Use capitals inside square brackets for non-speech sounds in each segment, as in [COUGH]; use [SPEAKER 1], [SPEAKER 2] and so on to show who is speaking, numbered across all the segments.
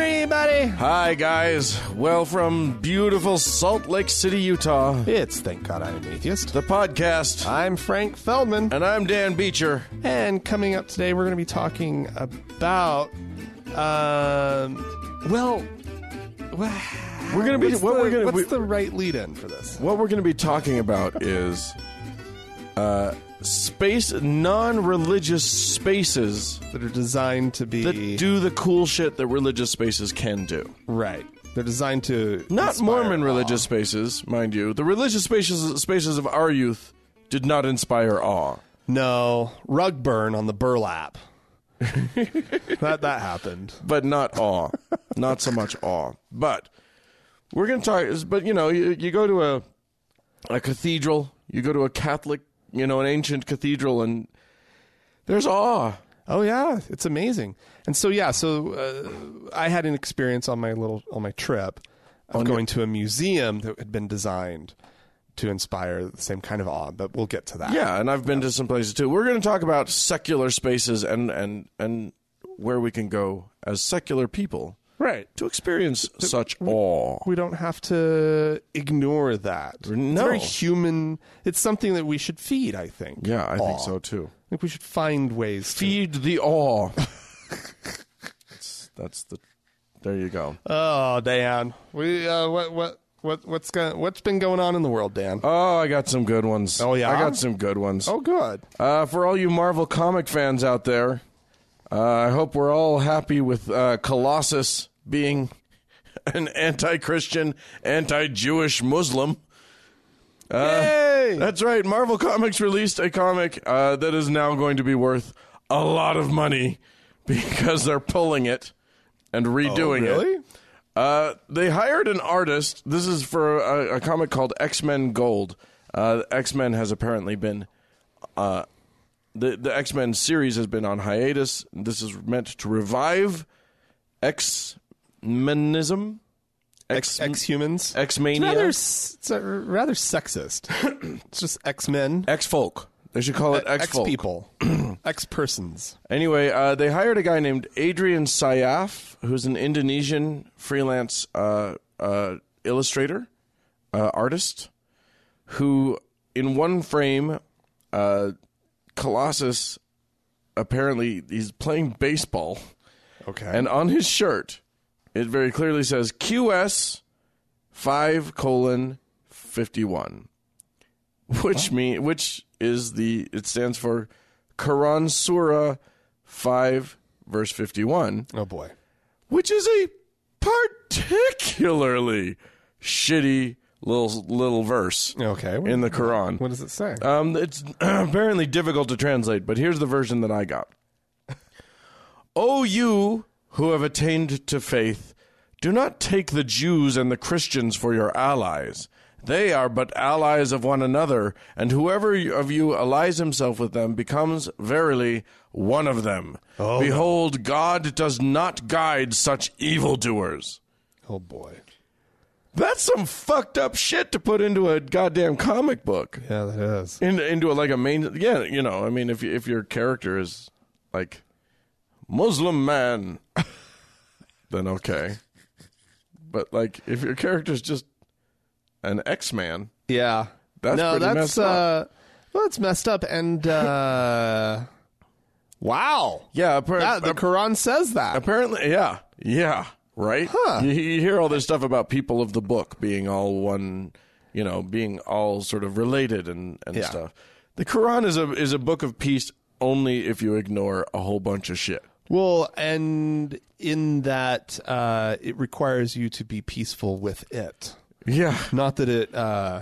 [SPEAKER 1] Hi.
[SPEAKER 2] Hi, guys. Well, from beautiful Salt Lake City, Utah,
[SPEAKER 1] It's Thank God I'm an Atheist.
[SPEAKER 2] the podcast.
[SPEAKER 1] I'm Frank Feldman.
[SPEAKER 2] And I'm Dan Beecher.
[SPEAKER 1] And coming up today, we're going to be talking about. Um, well,
[SPEAKER 2] We're going to be
[SPEAKER 1] what's
[SPEAKER 2] what
[SPEAKER 1] the,
[SPEAKER 2] we're going
[SPEAKER 1] what's
[SPEAKER 2] to
[SPEAKER 1] the right lead in for this?
[SPEAKER 2] what we're going to be talking about is uh, space non-religious spaces
[SPEAKER 1] That are designed to be.
[SPEAKER 2] that do the cool shit that religious spaces can do.
[SPEAKER 1] right. They're designed to.
[SPEAKER 2] Not
[SPEAKER 1] inspire
[SPEAKER 2] Mormon
[SPEAKER 1] awe.
[SPEAKER 2] religious spaces, mind you. The religious spaces spaces of our youth did not inspire awe.
[SPEAKER 1] No. Rug burn on the burlap. [LAUGHS] that, that happened.
[SPEAKER 2] but not awe, not so much awe. But we're going to talk. But you know, you, you go to a a cathedral, you go to a Catholic, you know, an ancient cathedral, and there's awe.
[SPEAKER 1] Oh yeah, it's amazing. And so yeah, so uh, I had an experience on my little on my trip of going to a museum that had been designed to inspire the same kind of awe, but we'll get to that.
[SPEAKER 2] Yeah, and I've been to some places too. We're going to talk about secular spaces and and and where we can go as secular people
[SPEAKER 1] Right.
[SPEAKER 2] to experience such awe.
[SPEAKER 1] We don't have to ignore that. It's
[SPEAKER 2] No.
[SPEAKER 1] very human. It's something that we should feed, I think.
[SPEAKER 2] Yeah, I
[SPEAKER 1] Awe.
[SPEAKER 2] think so too.
[SPEAKER 1] I think we should find ways to
[SPEAKER 2] Feed the awe. [LAUGHS] that's, that's the. There you go.
[SPEAKER 1] Oh, Dan. We uh what what what what's going what's been going on in the world, Dan?
[SPEAKER 2] Oh, I got some good ones.
[SPEAKER 1] Oh, yeah?
[SPEAKER 2] I got some good ones.
[SPEAKER 1] oh good.
[SPEAKER 2] Uh, for all you Marvel comic fans out there, uh, I hope we're all happy with uh, Colossus being [LAUGHS] an anti-Christian, anti-Jewish Muslim.
[SPEAKER 1] Yay!
[SPEAKER 2] That's right. Marvel Comics released a comic uh, that is now going to be worth a lot of money [LAUGHS] because they're pulling it and redoing it.
[SPEAKER 1] Oh, really?
[SPEAKER 2] Uh, they hired an artist. This is for a, a comic called X Men Gold. Uh, X Men has apparently been, uh, the the X Men series has been on hiatus. This is meant to revive X Menism, X
[SPEAKER 1] Ex humans.
[SPEAKER 2] X
[SPEAKER 1] rather
[SPEAKER 2] Mania,
[SPEAKER 1] s- it's a- rather sexist. [CLEARS THROAT] it's just X Men,
[SPEAKER 2] X Folk. They should call it X
[SPEAKER 1] X
[SPEAKER 2] Folk.
[SPEAKER 1] people, [CLEARS THROAT] X persons.
[SPEAKER 2] Anyway, uh, they hired a guy named Adrian Sayaf, who's an Indonesian freelance uh, uh, illustrator, uh, artist, who in one frame, uh, Colossus apparently he's playing baseball, [LAUGHS]
[SPEAKER 1] Okay.
[SPEAKER 2] and on his shirt, it very clearly says QS five colon fifty one, which mean which is the it stands for Quran Surah five verse fifty one,
[SPEAKER 1] oh boy.
[SPEAKER 2] which is a particularly shitty little little verse
[SPEAKER 1] Okay. What,
[SPEAKER 2] in the Quran.
[SPEAKER 1] what does it say?
[SPEAKER 2] Um, it's [CLEARS THROAT] apparently difficult to translate, but here's the version that I got. o you who have attained to faith, do not take the Jews and the Christians for your allies. They are but allies of one another, and whoever of you allies himself with them becomes verily one of them. Behold, God does not guide such evildoers.
[SPEAKER 1] oh boy.
[SPEAKER 2] That's some fucked up shit to put into a goddamn comic book
[SPEAKER 1] Yeah, that is.
[SPEAKER 2] in, into a, like a main yeah you know i mean if you- if your character is like muslim man [LAUGHS] then okay but like if your character's just an x-man
[SPEAKER 1] Yeah.
[SPEAKER 2] That's
[SPEAKER 1] no.
[SPEAKER 2] pretty
[SPEAKER 1] That's
[SPEAKER 2] messed
[SPEAKER 1] uh.
[SPEAKER 2] up.
[SPEAKER 1] Well, that's messed up. And
[SPEAKER 2] [LAUGHS]
[SPEAKER 1] uh, wow.
[SPEAKER 2] yeah appar-
[SPEAKER 1] That- the
[SPEAKER 2] ap-
[SPEAKER 1] Quran says that.
[SPEAKER 2] apparently yeah yeah right
[SPEAKER 1] Huh.
[SPEAKER 2] you, you hear all this stuff about people of the book being all one you know being all sort of related and and
[SPEAKER 1] Yeah.
[SPEAKER 2] stuff the quran is a is a book of peace only if you ignore a whole bunch of shit
[SPEAKER 1] Well, and in that uh, it requires you to be peaceful with it.
[SPEAKER 2] yeah
[SPEAKER 1] Not that it. Uh,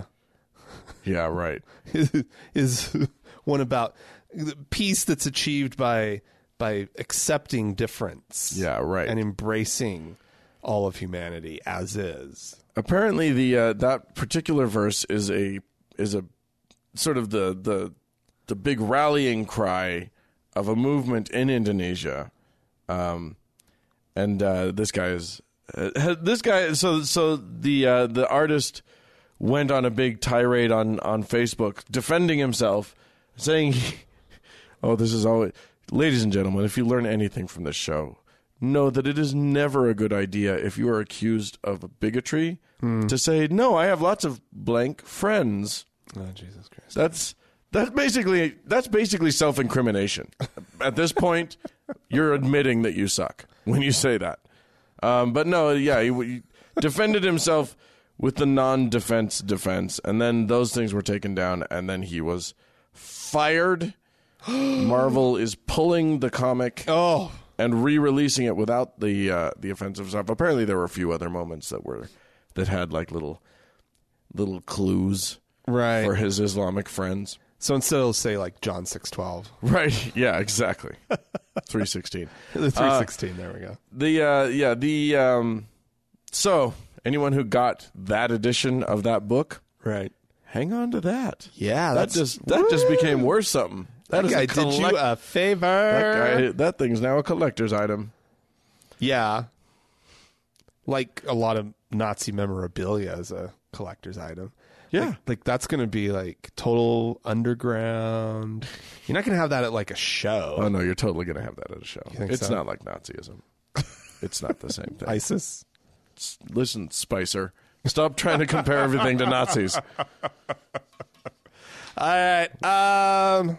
[SPEAKER 2] yeah right
[SPEAKER 1] [LAUGHS] is one about the peace that's achieved by by accepting difference.
[SPEAKER 2] Yeah, right.
[SPEAKER 1] And embracing all of humanity as is.
[SPEAKER 2] apparently the uh, that particular verse is a is a sort of the the the big rallying cry of a movement in Indonesia, um, and uh, this guy is uh, [LAUGHS] this guy. So so the uh, the artist went on a big tirade on on Facebook defending himself, [LAUGHS] saying, "Oh, this is always." Ladies and gentlemen, if you learn anything from this show, know that it is never a good idea if you are accused of bigotry to say, no, I have lots of blank friends.
[SPEAKER 1] Oh, Jesus Christ.
[SPEAKER 2] That's that's basically that's basically self-incrimination. At this point, you're admitting that you suck when you say that. Um, but no, yeah, he, he defended himself with the non-defense defense, and then those things were taken down, and then he was fired. Marvel is pulling the comic
[SPEAKER 1] Oh,
[SPEAKER 2] and re-releasing it without the uh, the offensive stuff. Apparently, there were a few other moments that were that had like little little clues
[SPEAKER 1] right.
[SPEAKER 2] for his Islamic friends.
[SPEAKER 1] so instead it'll say like John 612,
[SPEAKER 2] [LAUGHS] Right. Yeah. Exactly. Three sixteen.
[SPEAKER 1] [LAUGHS] the 316, there we go.
[SPEAKER 2] The uh, yeah the um, so anyone who got that edition of that book,
[SPEAKER 1] Right.
[SPEAKER 2] hang on to that.
[SPEAKER 1] Yeah,
[SPEAKER 2] That just that just became worth something.
[SPEAKER 1] That
[SPEAKER 2] is a
[SPEAKER 1] guy did you
[SPEAKER 2] collect-
[SPEAKER 1] a favor.
[SPEAKER 2] that guy- that thing's now a collector's item.
[SPEAKER 1] Yeah. Like a lot of Nazi memorabilia as a collector's item.
[SPEAKER 2] Yeah.
[SPEAKER 1] Like, like, that's going to be like total underground. You're not going to have that at like a show.
[SPEAKER 2] Oh no, you're totally gonna have that at a show.
[SPEAKER 1] think
[SPEAKER 2] It's
[SPEAKER 1] so?
[SPEAKER 2] not like
[SPEAKER 1] [LAUGHS]
[SPEAKER 2] Nazism. it's not the same thing.
[SPEAKER 1] ISIS.
[SPEAKER 2] S- Listen, Spicer, stop trying to compare everything
[SPEAKER 1] [LAUGHS]
[SPEAKER 2] to Nazis.
[SPEAKER 1] All right. Um,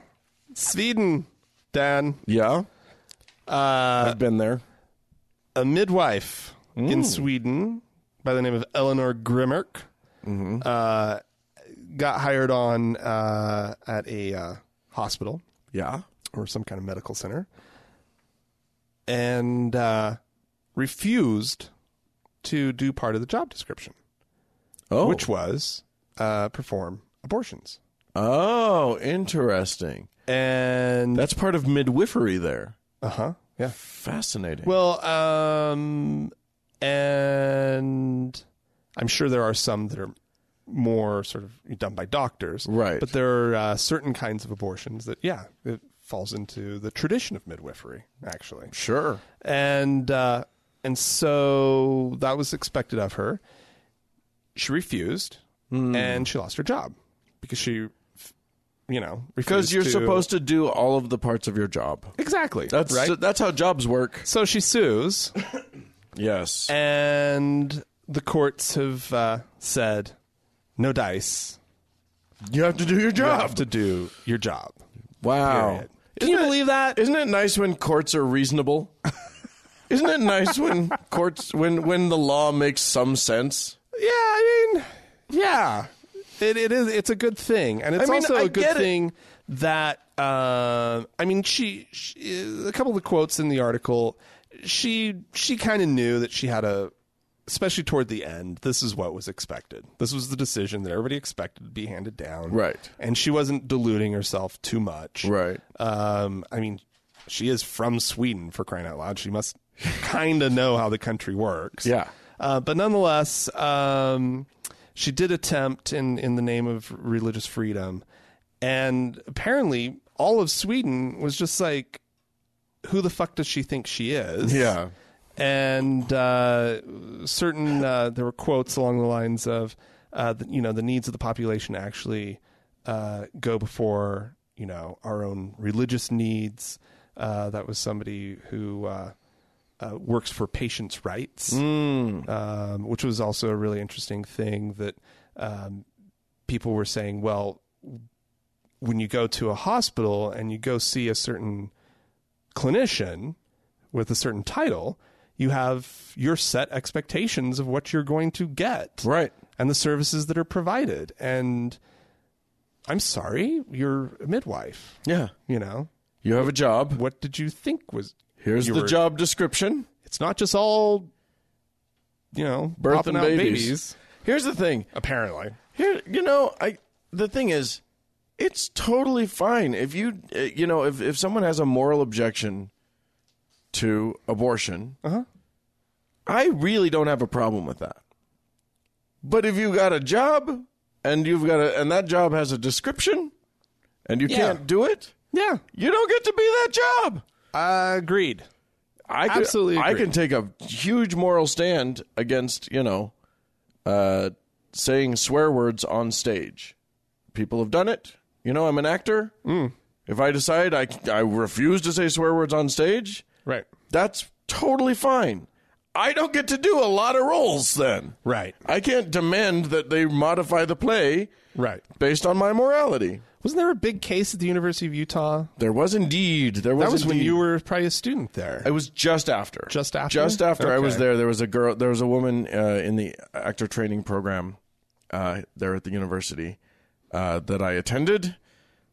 [SPEAKER 1] Sweden, Dan,
[SPEAKER 2] Yeah,
[SPEAKER 1] uh,
[SPEAKER 2] I've been there.
[SPEAKER 1] a midwife in
[SPEAKER 2] Mm.
[SPEAKER 1] Sweden by the name of Eleanor Grimmerk
[SPEAKER 2] Mm-hmm.
[SPEAKER 1] uh, got hired on uh, at a uh, hospital.
[SPEAKER 2] Yeah.
[SPEAKER 1] or some kind of medical center and uh, refused to do part of the job description,
[SPEAKER 2] Oh.
[SPEAKER 1] which was uh, perform abortions.
[SPEAKER 2] Oh, interesting.
[SPEAKER 1] And
[SPEAKER 2] That's part of midwifery there.
[SPEAKER 1] uh huh, yeah.
[SPEAKER 2] Fascinating.
[SPEAKER 1] Well, um, and I'm sure there are some that are more sort of done by doctors,
[SPEAKER 2] Right.
[SPEAKER 1] But there are uh, certain kinds of abortions that, yeah, it falls into the tradition of midwifery, actually.
[SPEAKER 2] sure.
[SPEAKER 1] and uh, and so that was expected of her. She refused, and she lost her job because she, f- you know, refused
[SPEAKER 2] Because you're
[SPEAKER 1] to-
[SPEAKER 2] supposed to do all of the parts of your job.
[SPEAKER 1] exactly
[SPEAKER 2] That's
[SPEAKER 1] right.
[SPEAKER 2] that's how jobs work.
[SPEAKER 1] so she sues,
[SPEAKER 2] Yes.
[SPEAKER 1] and the courts have uh, said, "No dice.
[SPEAKER 2] you have to do your
[SPEAKER 1] You
[SPEAKER 2] job.
[SPEAKER 1] have to do your job."
[SPEAKER 2] wow.
[SPEAKER 1] Period. Can you believe that?
[SPEAKER 2] Isn't it nice when courts are reasonable? [LAUGHS] Isn't it nice when courts when when the law makes some sense?
[SPEAKER 1] Yeah, I mean, yeah, it, it is. It's a good thing, and it's
[SPEAKER 2] I mean,
[SPEAKER 1] also
[SPEAKER 2] I
[SPEAKER 1] a good
[SPEAKER 2] get it.
[SPEAKER 1] thing that uh, I mean, she, she a couple of the quotes in the article, she she kind of knew that she had a, especially toward the end. This is what was expected. This was the decision that everybody expected to be handed down,
[SPEAKER 2] Right.
[SPEAKER 1] And she wasn't deluding herself too much,
[SPEAKER 2] Right.
[SPEAKER 1] Um, I mean, she is from Sweden for crying out loud. She must kind of know how the country works.
[SPEAKER 2] Yeah.
[SPEAKER 1] Uh, but nonetheless, um, she did attempt in, in the name of religious freedom. And apparently, all of Sweden was just like, who the fuck does she think she is?
[SPEAKER 2] Yeah.
[SPEAKER 1] And uh, certain, uh, there were quotes along the lines of, uh, the, you know, the needs of the population actually uh, go before, you know, our own religious needs. Uh, that was somebody who uh, uh, works for patients' rights um, which was also a really interesting thing that um, people were saying. Well, when you go to a hospital and you go see a certain clinician with a certain title, you have your set expectations of what you're going to get
[SPEAKER 2] Right.
[SPEAKER 1] and the services that are provided. And I'm sorry, you're a midwife.
[SPEAKER 2] Yeah.
[SPEAKER 1] You know,
[SPEAKER 2] You have a job.
[SPEAKER 1] what did you think was?
[SPEAKER 2] Here's
[SPEAKER 1] You
[SPEAKER 2] the
[SPEAKER 1] were-
[SPEAKER 2] job description.
[SPEAKER 1] It's not just all, you know,
[SPEAKER 2] Birth
[SPEAKER 1] popping
[SPEAKER 2] and
[SPEAKER 1] out
[SPEAKER 2] babies.
[SPEAKER 1] babies.
[SPEAKER 2] Here's the thing.
[SPEAKER 1] Apparently.
[SPEAKER 2] Here, you know, I the thing is, it's totally fine if you uh, you know if if someone has a moral objection to abortion.
[SPEAKER 1] Uh-huh.
[SPEAKER 2] I really don't have a problem with that. But if you got a job and you've got a and that job has a description and you can't do it,
[SPEAKER 1] Yeah.
[SPEAKER 2] you don't get to be that job.
[SPEAKER 1] agreed.
[SPEAKER 2] I can,
[SPEAKER 1] Absolutely
[SPEAKER 2] I
[SPEAKER 1] agree.
[SPEAKER 2] can take a huge moral stand against you know, uh, saying swear words on stage. People have done it. You know, I'm an actor.
[SPEAKER 1] Mm.
[SPEAKER 2] If I decide I I refuse to say swear words on stage,
[SPEAKER 1] Right.
[SPEAKER 2] that's totally fine. I don't get to do a lot of roles then.
[SPEAKER 1] Right.
[SPEAKER 2] I can't demand that they modify the play
[SPEAKER 1] Right.
[SPEAKER 2] based on my morality.
[SPEAKER 1] Wasn't there a big case at the University of Utah?
[SPEAKER 2] There was indeed. There was
[SPEAKER 1] That was when
[SPEAKER 2] indeed.
[SPEAKER 1] you were probably a student there.
[SPEAKER 2] It was just after.
[SPEAKER 1] Just after?
[SPEAKER 2] Just after I was
[SPEAKER 1] Okay.
[SPEAKER 2] there, there was a girl. There was a woman uh, in the actor training program uh, there at the university uh, that I attended.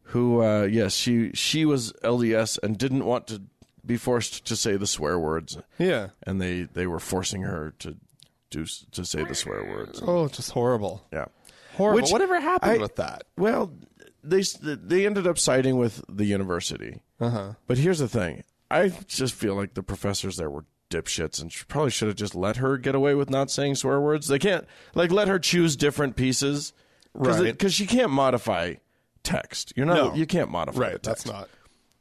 [SPEAKER 2] Who, uh, yes, she she was LDS and didn't want to be forced to say the swear words,
[SPEAKER 1] yeah.
[SPEAKER 2] and they they were forcing her to do s- to say the swear words.
[SPEAKER 1] Oh, just horrible.
[SPEAKER 2] Yeah.
[SPEAKER 1] Horrible.
[SPEAKER 2] Which
[SPEAKER 1] Whatever happened
[SPEAKER 2] I-
[SPEAKER 1] with that?
[SPEAKER 2] Well, they s- they ended up siding with the university.
[SPEAKER 1] Uh-huh.
[SPEAKER 2] But here's the thing: I just feel like the professors there were dipshits, and sh- probably should have just let her get away with not saying swear words. They can't like let her choose different pieces, Cause
[SPEAKER 1] Right.
[SPEAKER 2] Because she can't modify text. You're not.
[SPEAKER 1] No.
[SPEAKER 2] You can't modify. the
[SPEAKER 1] Right.
[SPEAKER 2] text.
[SPEAKER 1] That's not.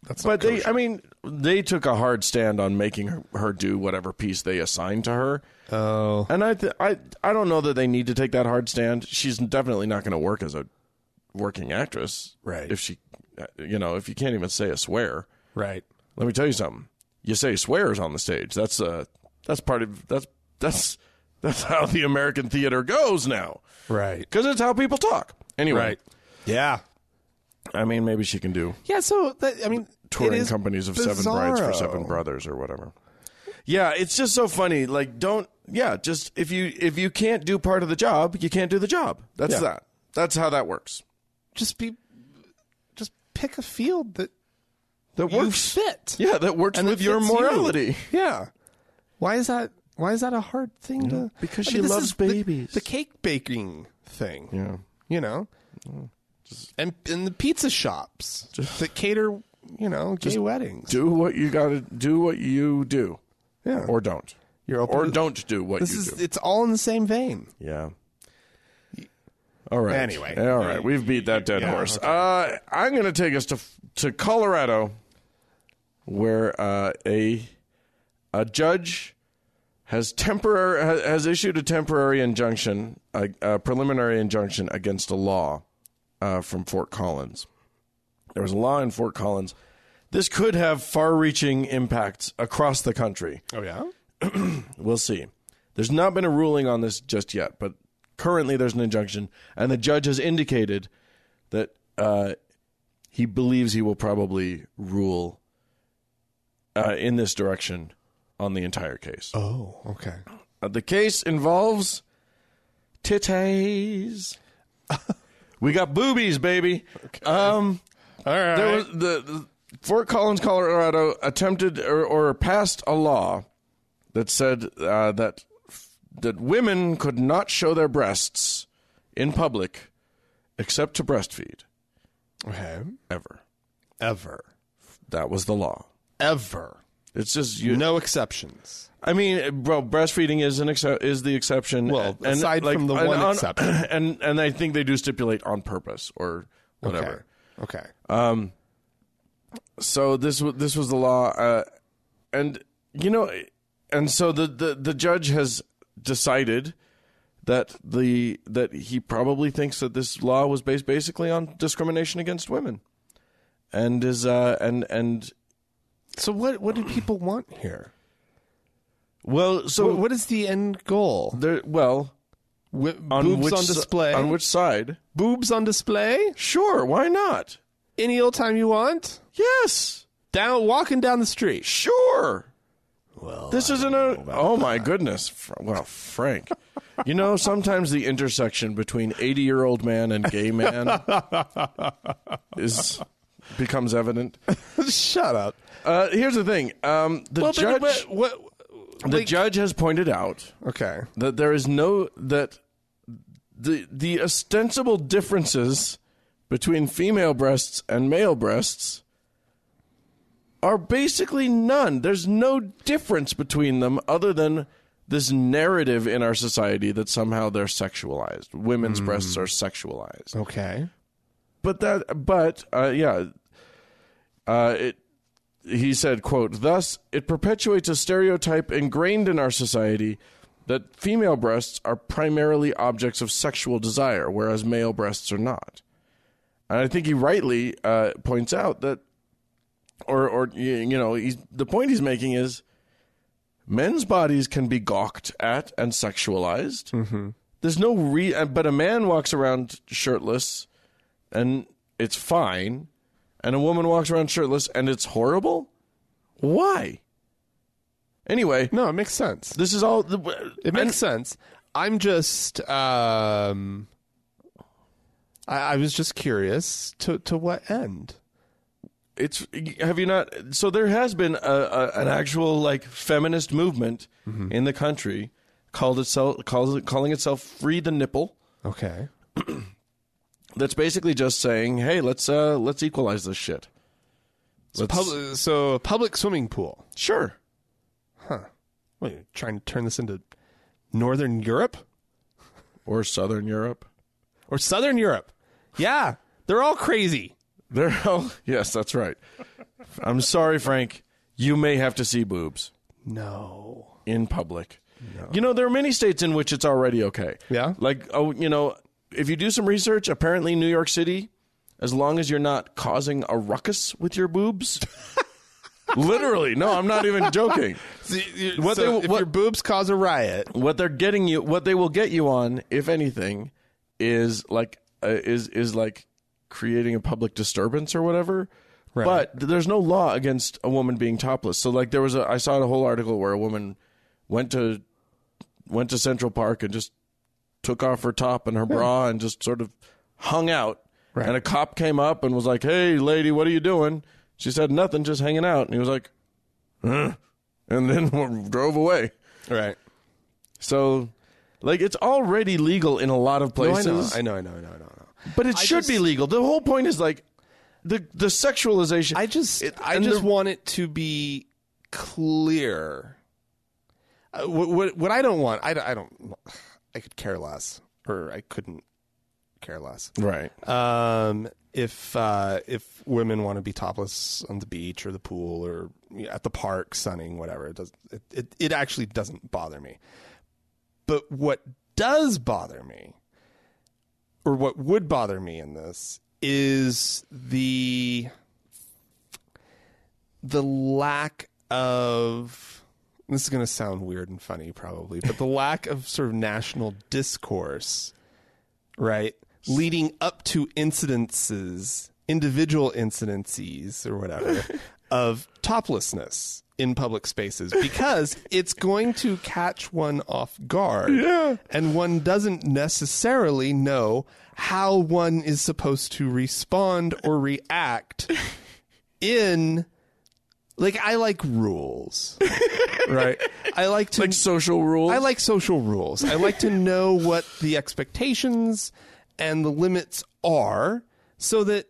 [SPEAKER 1] That's
[SPEAKER 2] But
[SPEAKER 1] not.
[SPEAKER 2] they, I mean, they took a hard stand on making her, her do whatever piece they assigned to her.
[SPEAKER 1] oh.
[SPEAKER 2] And I, th- I, I don't know that they need to take that hard stand. She's definitely not going to work as a working actress,
[SPEAKER 1] Right.
[SPEAKER 2] If she, uh, you know, if you can't even say a swear,
[SPEAKER 1] Right.
[SPEAKER 2] let me tell you something. You say swears on the stage. That's uh, that's part of that's that's that's how the American theater goes now,
[SPEAKER 1] Right.
[SPEAKER 2] because it's how people talk. Anyway,
[SPEAKER 1] Right. Yeah.
[SPEAKER 2] I mean, maybe she can do
[SPEAKER 1] Yeah. So that, I mean, it
[SPEAKER 2] touring
[SPEAKER 1] is
[SPEAKER 2] companies of seven brides for
[SPEAKER 1] bizarro.
[SPEAKER 2] seven brothers or whatever. Yeah, it's just so funny. Like, don't yeah, just if you if you can't do part of the job, you can't do the job. That's
[SPEAKER 1] Yeah.
[SPEAKER 2] that. That's how that works.
[SPEAKER 1] Just be. Just pick a field that
[SPEAKER 2] That
[SPEAKER 1] you
[SPEAKER 2] works.
[SPEAKER 1] fit.
[SPEAKER 2] Yeah, that works
[SPEAKER 1] And
[SPEAKER 2] with
[SPEAKER 1] that
[SPEAKER 2] your
[SPEAKER 1] fits you.
[SPEAKER 2] morality.
[SPEAKER 1] Yeah. Why is that? Why is that a hard thing to?
[SPEAKER 2] because
[SPEAKER 1] I
[SPEAKER 2] she
[SPEAKER 1] mean, this
[SPEAKER 2] loves
[SPEAKER 1] is the-
[SPEAKER 2] babies.
[SPEAKER 1] The, cake baking thing.
[SPEAKER 2] Yeah.
[SPEAKER 1] You know. and and the pizza shops that cater, you know, gay weddings.
[SPEAKER 2] Do what you got to do. What you do,
[SPEAKER 1] yeah.
[SPEAKER 2] or don't,
[SPEAKER 1] You're open
[SPEAKER 2] or
[SPEAKER 1] to-
[SPEAKER 2] don't do what
[SPEAKER 1] This
[SPEAKER 2] you
[SPEAKER 1] is.
[SPEAKER 2] do.
[SPEAKER 1] It's all in the same vein.
[SPEAKER 2] Yeah. All right.
[SPEAKER 1] Anyway.
[SPEAKER 2] All right. We've beat that dead horse. Uh, I'm going to take us to to Colorado, where uh, a a judge has temporary ha- has issued a temporary injunction, a, a preliminary injunction against a law uh, from Fort Collins. There was a law in Fort Collins. This could have far-reaching impacts across the country.
[SPEAKER 1] Oh yeah.
[SPEAKER 2] We'll see. There's not been a ruling on this just yet, but currently there's an injunction, and the judge has indicated that uh, he believes he will probably rule uh, in this direction on the entire case.
[SPEAKER 1] Oh. Okay.
[SPEAKER 2] Uh, the case involves titties. [LAUGHS] we got boobies, baby. Um.
[SPEAKER 1] All right.
[SPEAKER 2] There was the, the Fort Collins, Colorado, attempted or, or passed a law that said uh, that that women could not show their breasts in public except to breastfeed
[SPEAKER 1] okay.
[SPEAKER 2] ever.
[SPEAKER 1] Ever.
[SPEAKER 2] That was the law.
[SPEAKER 1] Ever.
[SPEAKER 2] It's just you.
[SPEAKER 1] No exceptions.
[SPEAKER 2] I mean, bro, breastfeeding is an excep is the exception.
[SPEAKER 1] Well, aside from the one exception.
[SPEAKER 2] [CLEARS THROAT] and and I think they do stipulate on purpose or whatever.
[SPEAKER 1] Okay. Uh, Okay.
[SPEAKER 2] so this was this was the law, uh, and you know, and so the, the the judge has decided that the that he probably thinks that this law was based basically on discrimination against women, and is uh and and
[SPEAKER 1] so what what do people want here?
[SPEAKER 2] well
[SPEAKER 1] What,
[SPEAKER 2] so
[SPEAKER 1] what is the end goal?
[SPEAKER 2] there well
[SPEAKER 1] Wi-
[SPEAKER 2] on
[SPEAKER 1] boobs
[SPEAKER 2] which
[SPEAKER 1] on
[SPEAKER 2] si-
[SPEAKER 1] display.
[SPEAKER 2] on which side
[SPEAKER 1] boobs on display.
[SPEAKER 2] sure why not
[SPEAKER 1] Any old time you want.
[SPEAKER 2] yes
[SPEAKER 1] Down walking down the street.
[SPEAKER 2] sure
[SPEAKER 1] Well,
[SPEAKER 2] This isn't a. Oh my goodness! Fr- Well, Frank, you know sometimes the intersection between eighty-year-old man and
[SPEAKER 1] [LAUGHS]
[SPEAKER 2] gay man is becomes evident.
[SPEAKER 1] [LAUGHS] shut up.
[SPEAKER 2] Uh, here's the thing: um, the
[SPEAKER 1] Well,
[SPEAKER 2] judge,
[SPEAKER 1] but what? what
[SPEAKER 2] the
[SPEAKER 1] like-
[SPEAKER 2] judge has pointed out
[SPEAKER 1] okay.
[SPEAKER 2] that there is no that the the ostensible differences between female breasts and male breasts are basically none. There's no difference between them other than this narrative in our society that somehow they're sexualized. Women's breasts are sexualized.
[SPEAKER 1] Okay.
[SPEAKER 2] But that but uh, yeah uh, it he said, quote, thus it perpetuates a stereotype ingrained in our society that female breasts are primarily objects of sexual desire, whereas male breasts are not. And I think he rightly uh, points out that, or, or y- you know, he's, the point he's making is men's bodies can be gawked at and sexualized. There's no re, uh, but a man walks around shirtless, and it's fine, and a woman walks around shirtless and it's horrible. Why? Anyway,
[SPEAKER 1] No, it makes sense.
[SPEAKER 2] this is all.
[SPEAKER 1] It makes sense. I'm just um I, I was just curious to to what end?
[SPEAKER 2] it's have you not so there has been a, a, an actual like feminist movement in the country called itself calls it, calling itself free the nipple
[SPEAKER 1] Okay.
[SPEAKER 2] that's basically just saying hey let's uh let's equalize this shit Let's-
[SPEAKER 1] Pub- so a public swimming pool.
[SPEAKER 2] sure
[SPEAKER 1] What, you're trying to turn this into Northern Europe
[SPEAKER 2] or southern europe
[SPEAKER 1] or Southern Europe? Yeah, they're all crazy.
[SPEAKER 2] there oh yes that's right i'm sorry frank you may have to see boobs
[SPEAKER 1] No.
[SPEAKER 2] in public. You know, there are many states in which it's already okay.
[SPEAKER 1] Yeah?
[SPEAKER 2] Like, oh, you know, if you do some research, apparently New York City, as long as you're not causing a ruckus with your boobs. Literally, no, I'm not even joking.
[SPEAKER 1] what
[SPEAKER 2] so
[SPEAKER 1] they,
[SPEAKER 2] if
[SPEAKER 1] if your
[SPEAKER 2] your
[SPEAKER 1] boobs cause a riot,
[SPEAKER 2] What they're getting you, what they will get you on, if anything, is like uh, is is like creating a public disturbance or whatever.
[SPEAKER 1] Right.
[SPEAKER 2] But th- there's no law against a woman being topless. So like there was a I saw a whole article where a woman went to went to Central Park and just took off her top and her bra and just sort of hung out.
[SPEAKER 1] Right.
[SPEAKER 2] And a cop came up and was like, "Hey, lady, what are you doing?" She said, "Nothing, just hanging out." And he was like, "Huh?" and then [LAUGHS] drove away.
[SPEAKER 1] right?
[SPEAKER 2] So, like, it's already legal in a lot of
[SPEAKER 1] I
[SPEAKER 2] places,
[SPEAKER 1] know, I know, I know, I know, I know.
[SPEAKER 2] but it should be legal. The whole point is like the the sexualization.
[SPEAKER 1] I just
[SPEAKER 2] It-
[SPEAKER 1] I
[SPEAKER 2] and
[SPEAKER 1] just
[SPEAKER 2] the-
[SPEAKER 1] want it to be clear. Uh, what, what what I don't want I, don't- I don't I could care less or I couldn't care less.
[SPEAKER 2] right.
[SPEAKER 1] Um, if uh, if women want to be topless on the beach or the pool or you know, at the park sunning whatever it does it, it it actually doesn't bother me. But what does bother me or what would bother me in this is the the lack of this is going to sound weird and funny probably but the lack of sort of national discourse right leading up to incidences individual incidences or
[SPEAKER 2] [LAUGHS]
[SPEAKER 1] whatever of toplessness in public spaces
[SPEAKER 2] [LAUGHS]
[SPEAKER 1] because it's going to catch one off guard
[SPEAKER 2] Yeah.
[SPEAKER 1] and one doesn't necessarily know how one is supposed to respond or
[SPEAKER 2] [LAUGHS]
[SPEAKER 1] react in like I like rules. [LAUGHS] right? I like to
[SPEAKER 2] Like social rules.
[SPEAKER 1] I like social rules. I like to know what the expectations and the limits are so that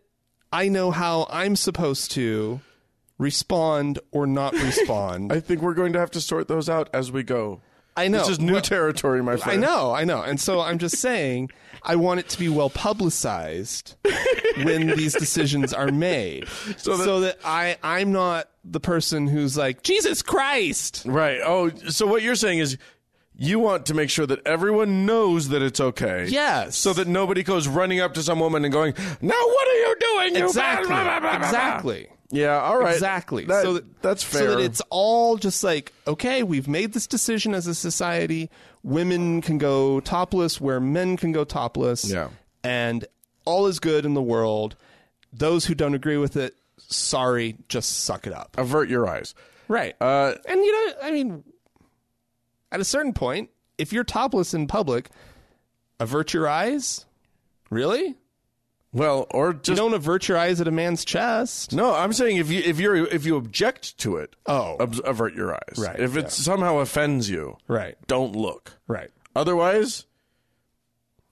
[SPEAKER 1] I know how I'm supposed to respond or not respond.
[SPEAKER 2] [LAUGHS] I think we're going to have to sort those out as we go.
[SPEAKER 1] I know.
[SPEAKER 2] This is new
[SPEAKER 1] Well,
[SPEAKER 2] territory, my
[SPEAKER 1] I
[SPEAKER 2] friend.
[SPEAKER 1] know, I know. And so I'm just saying, I want it to be well publicized when these decisions are made. So that, I, I'm not the person who's like, Jesus Christ.
[SPEAKER 2] Right. Oh, so what you're saying is you want to make sure that everyone knows that it's okay.
[SPEAKER 1] Yes.
[SPEAKER 2] So that nobody goes running up to some woman and going, "Now what are you doing?" You
[SPEAKER 1] Exactly.
[SPEAKER 2] [LAUGHS] blah, blah, blah, blah, blah."
[SPEAKER 1] exactly.
[SPEAKER 2] Yeah. All right.
[SPEAKER 1] Exactly.
[SPEAKER 2] That-
[SPEAKER 1] so that,
[SPEAKER 2] that's fair.
[SPEAKER 1] So that it's all just like, okay, we've made this decision as a society. Women can go topless where men can go topless.
[SPEAKER 2] Yeah.
[SPEAKER 1] And all is good in the world. Those who don't agree with it, sorry, just suck it up.
[SPEAKER 2] avert your eyes.
[SPEAKER 1] Right.
[SPEAKER 2] Uh,
[SPEAKER 1] and you know, I mean, at a certain point, if you're topless in public, avert your eyes. Really?
[SPEAKER 2] well, or
[SPEAKER 1] You
[SPEAKER 2] just
[SPEAKER 1] don't avert your eyes at a man's chest.
[SPEAKER 2] no. I'm saying if you if you're if you object to it,
[SPEAKER 1] Oh.
[SPEAKER 2] ob- avert your eyes.
[SPEAKER 1] Right,
[SPEAKER 2] If it somehow offends you,
[SPEAKER 1] Right.
[SPEAKER 2] don't look.
[SPEAKER 1] Right.
[SPEAKER 2] Otherwise,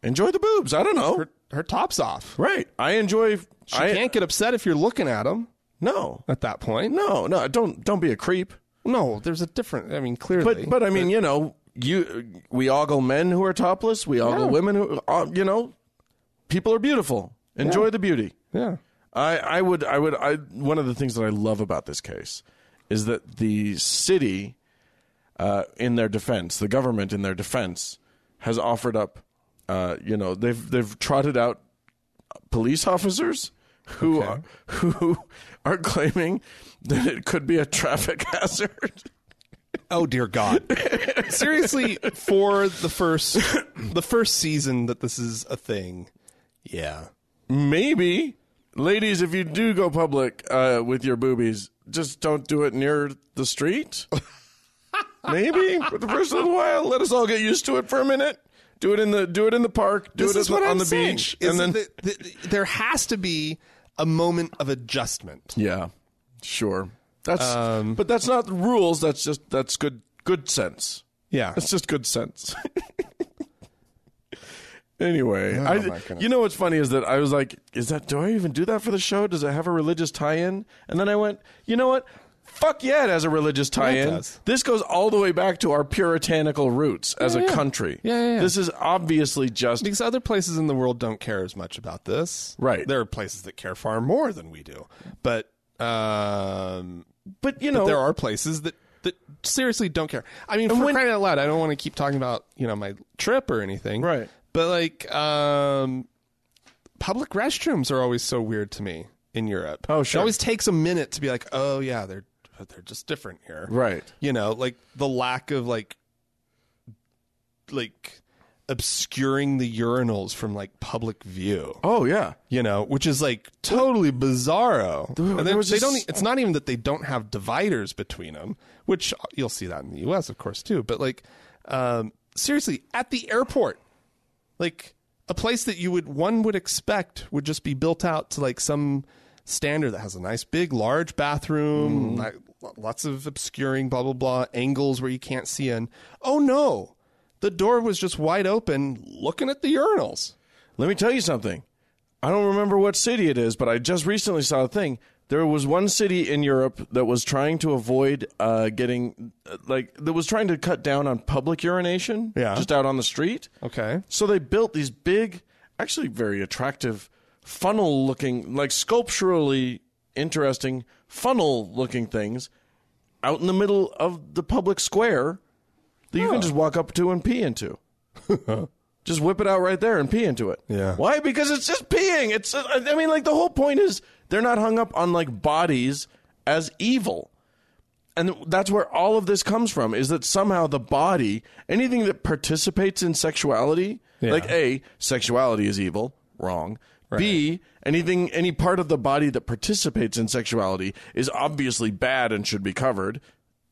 [SPEAKER 2] enjoy the boobs. I don't know.
[SPEAKER 1] Her, her top's off.
[SPEAKER 2] right. I enjoy.
[SPEAKER 1] She
[SPEAKER 2] I
[SPEAKER 1] can't get upset if you're looking at him
[SPEAKER 2] no
[SPEAKER 1] at that point.
[SPEAKER 2] no no. Don't don't be a creep.
[SPEAKER 1] No, there's a different. I mean, clearly.
[SPEAKER 2] But but I mean, you know, you we ogle men who are topless. We ogle women who, uh, you know, people are beautiful. Enjoy the beauty.
[SPEAKER 1] yeah.
[SPEAKER 2] I, I would I would I one of the things that I love about this case is that the city, uh, in their defense, the government in their defense has offered up, uh, you know, they've they've trotted out police officers who are, [LAUGHS] who are claiming that it could be a traffic [LAUGHS] hazard.
[SPEAKER 1] oh dear God. [LAUGHS] Seriously, for the first the first season that this is a thing, yeah.
[SPEAKER 2] Maybe, ladies, if you do go public uh, with your boobies, just don't do it near
[SPEAKER 1] [LAUGHS]
[SPEAKER 2] the street. Maybe for the first little while, let us all get used to it for a minute. Do it in the do it in the park. Do
[SPEAKER 1] This
[SPEAKER 2] it
[SPEAKER 1] is
[SPEAKER 2] at the-
[SPEAKER 1] what
[SPEAKER 2] on
[SPEAKER 1] I'm
[SPEAKER 2] the
[SPEAKER 1] saying,
[SPEAKER 2] beach,
[SPEAKER 1] is
[SPEAKER 2] and then
[SPEAKER 1] that th- th- there has to be a moment of adjustment.
[SPEAKER 2] yeah, sure. That's
[SPEAKER 1] Um,
[SPEAKER 2] but that's not the rules. That's just that's good good sense.
[SPEAKER 1] Yeah.
[SPEAKER 2] That's just good sense. [LAUGHS] anyway,
[SPEAKER 1] Oh,
[SPEAKER 2] I,
[SPEAKER 1] my goodness.
[SPEAKER 2] you know what's funny is that I was like, is that do I even do that for the show? Does it have a religious tie-in? And then I went, you know what? Fuck yeah, it has a religious tie-in.
[SPEAKER 1] does.
[SPEAKER 2] This goes all the way back to our puritanical roots as a
[SPEAKER 1] yeah.
[SPEAKER 2] country.
[SPEAKER 1] Yeah, yeah, yeah.
[SPEAKER 2] This is obviously just
[SPEAKER 1] Because other places in the world don't care as much about this.
[SPEAKER 2] Right.
[SPEAKER 1] There are places that care far more than we do. But um
[SPEAKER 2] but you know
[SPEAKER 1] there are places that that seriously don't care. I mean, for
[SPEAKER 2] when-
[SPEAKER 1] crying out loud, I don't want to keep talking about you know my trip or anything,
[SPEAKER 2] Right.
[SPEAKER 1] But like, um, public restrooms are always so weird to me in Europe.
[SPEAKER 2] Oh, sure.
[SPEAKER 1] It always takes a minute to be like, oh yeah, they're they're just different here,
[SPEAKER 2] Right.
[SPEAKER 1] You know, like the lack of like like obscuring the urinals from like public view
[SPEAKER 2] Oh yeah.
[SPEAKER 1] you know, which is like totally bizarro. And
[SPEAKER 2] there
[SPEAKER 1] then
[SPEAKER 2] was
[SPEAKER 1] they
[SPEAKER 2] this-
[SPEAKER 1] don't. e- It's not even that they don't have dividers between them, which you'll see that in the U.S. of course too. But like, um, seriously, at the airport, like a place that you would one would expect would just be built out to like some standard that has a nice big large bathroom, like, lots of obscuring, blah blah blah, angles where you can't see in. Oh no, the door was just wide open, looking at the urinals.
[SPEAKER 2] Let me tell you something. I don't remember what city it is, but I just recently saw a thing. There was one city in Europe that was trying to avoid uh, getting, uh, like, that was trying to cut down on public urination,
[SPEAKER 1] Yeah.
[SPEAKER 2] just out on the street.
[SPEAKER 1] Okay.
[SPEAKER 2] So they built these big, actually very attractive, funnel-looking, like sculpturally interesting funnel-looking things out in the middle of the public square that you can just walk up to and pee into. just whip it out right there and pee into it.
[SPEAKER 1] Yeah.
[SPEAKER 2] Why? Because it's just peeing. It's uh, I mean like the whole point is they're not hung up on like bodies as evil. And that's where all of this comes from is that somehow the body, anything that participates in sexuality, like A, sexuality is evil, wrong. B, anything any part of the body that participates in sexuality is obviously bad and should be covered,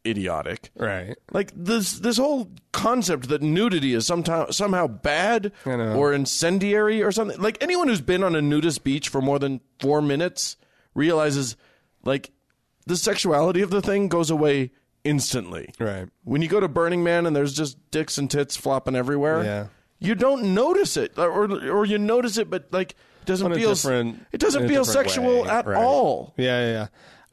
[SPEAKER 2] idiotic.
[SPEAKER 1] Right.
[SPEAKER 2] Like this this whole concept that nudity is sometime, somehow bad
[SPEAKER 1] know.
[SPEAKER 2] or incendiary or something. Like anyone who's been on a nudist beach for more than 4 minutes realizes like the sexuality of the thing goes away instantly.
[SPEAKER 1] Right.
[SPEAKER 2] When you go to Burning Man and there's just dicks and tits flopping everywhere,
[SPEAKER 1] Yeah.
[SPEAKER 2] you don't notice it or or you notice it but like it doesn't
[SPEAKER 1] a
[SPEAKER 2] feel
[SPEAKER 1] different-
[SPEAKER 2] it doesn't
[SPEAKER 1] in a
[SPEAKER 2] feel
[SPEAKER 1] different
[SPEAKER 2] sexual
[SPEAKER 1] way,
[SPEAKER 2] at
[SPEAKER 1] right.
[SPEAKER 2] all.
[SPEAKER 1] Yeah, yeah, yeah.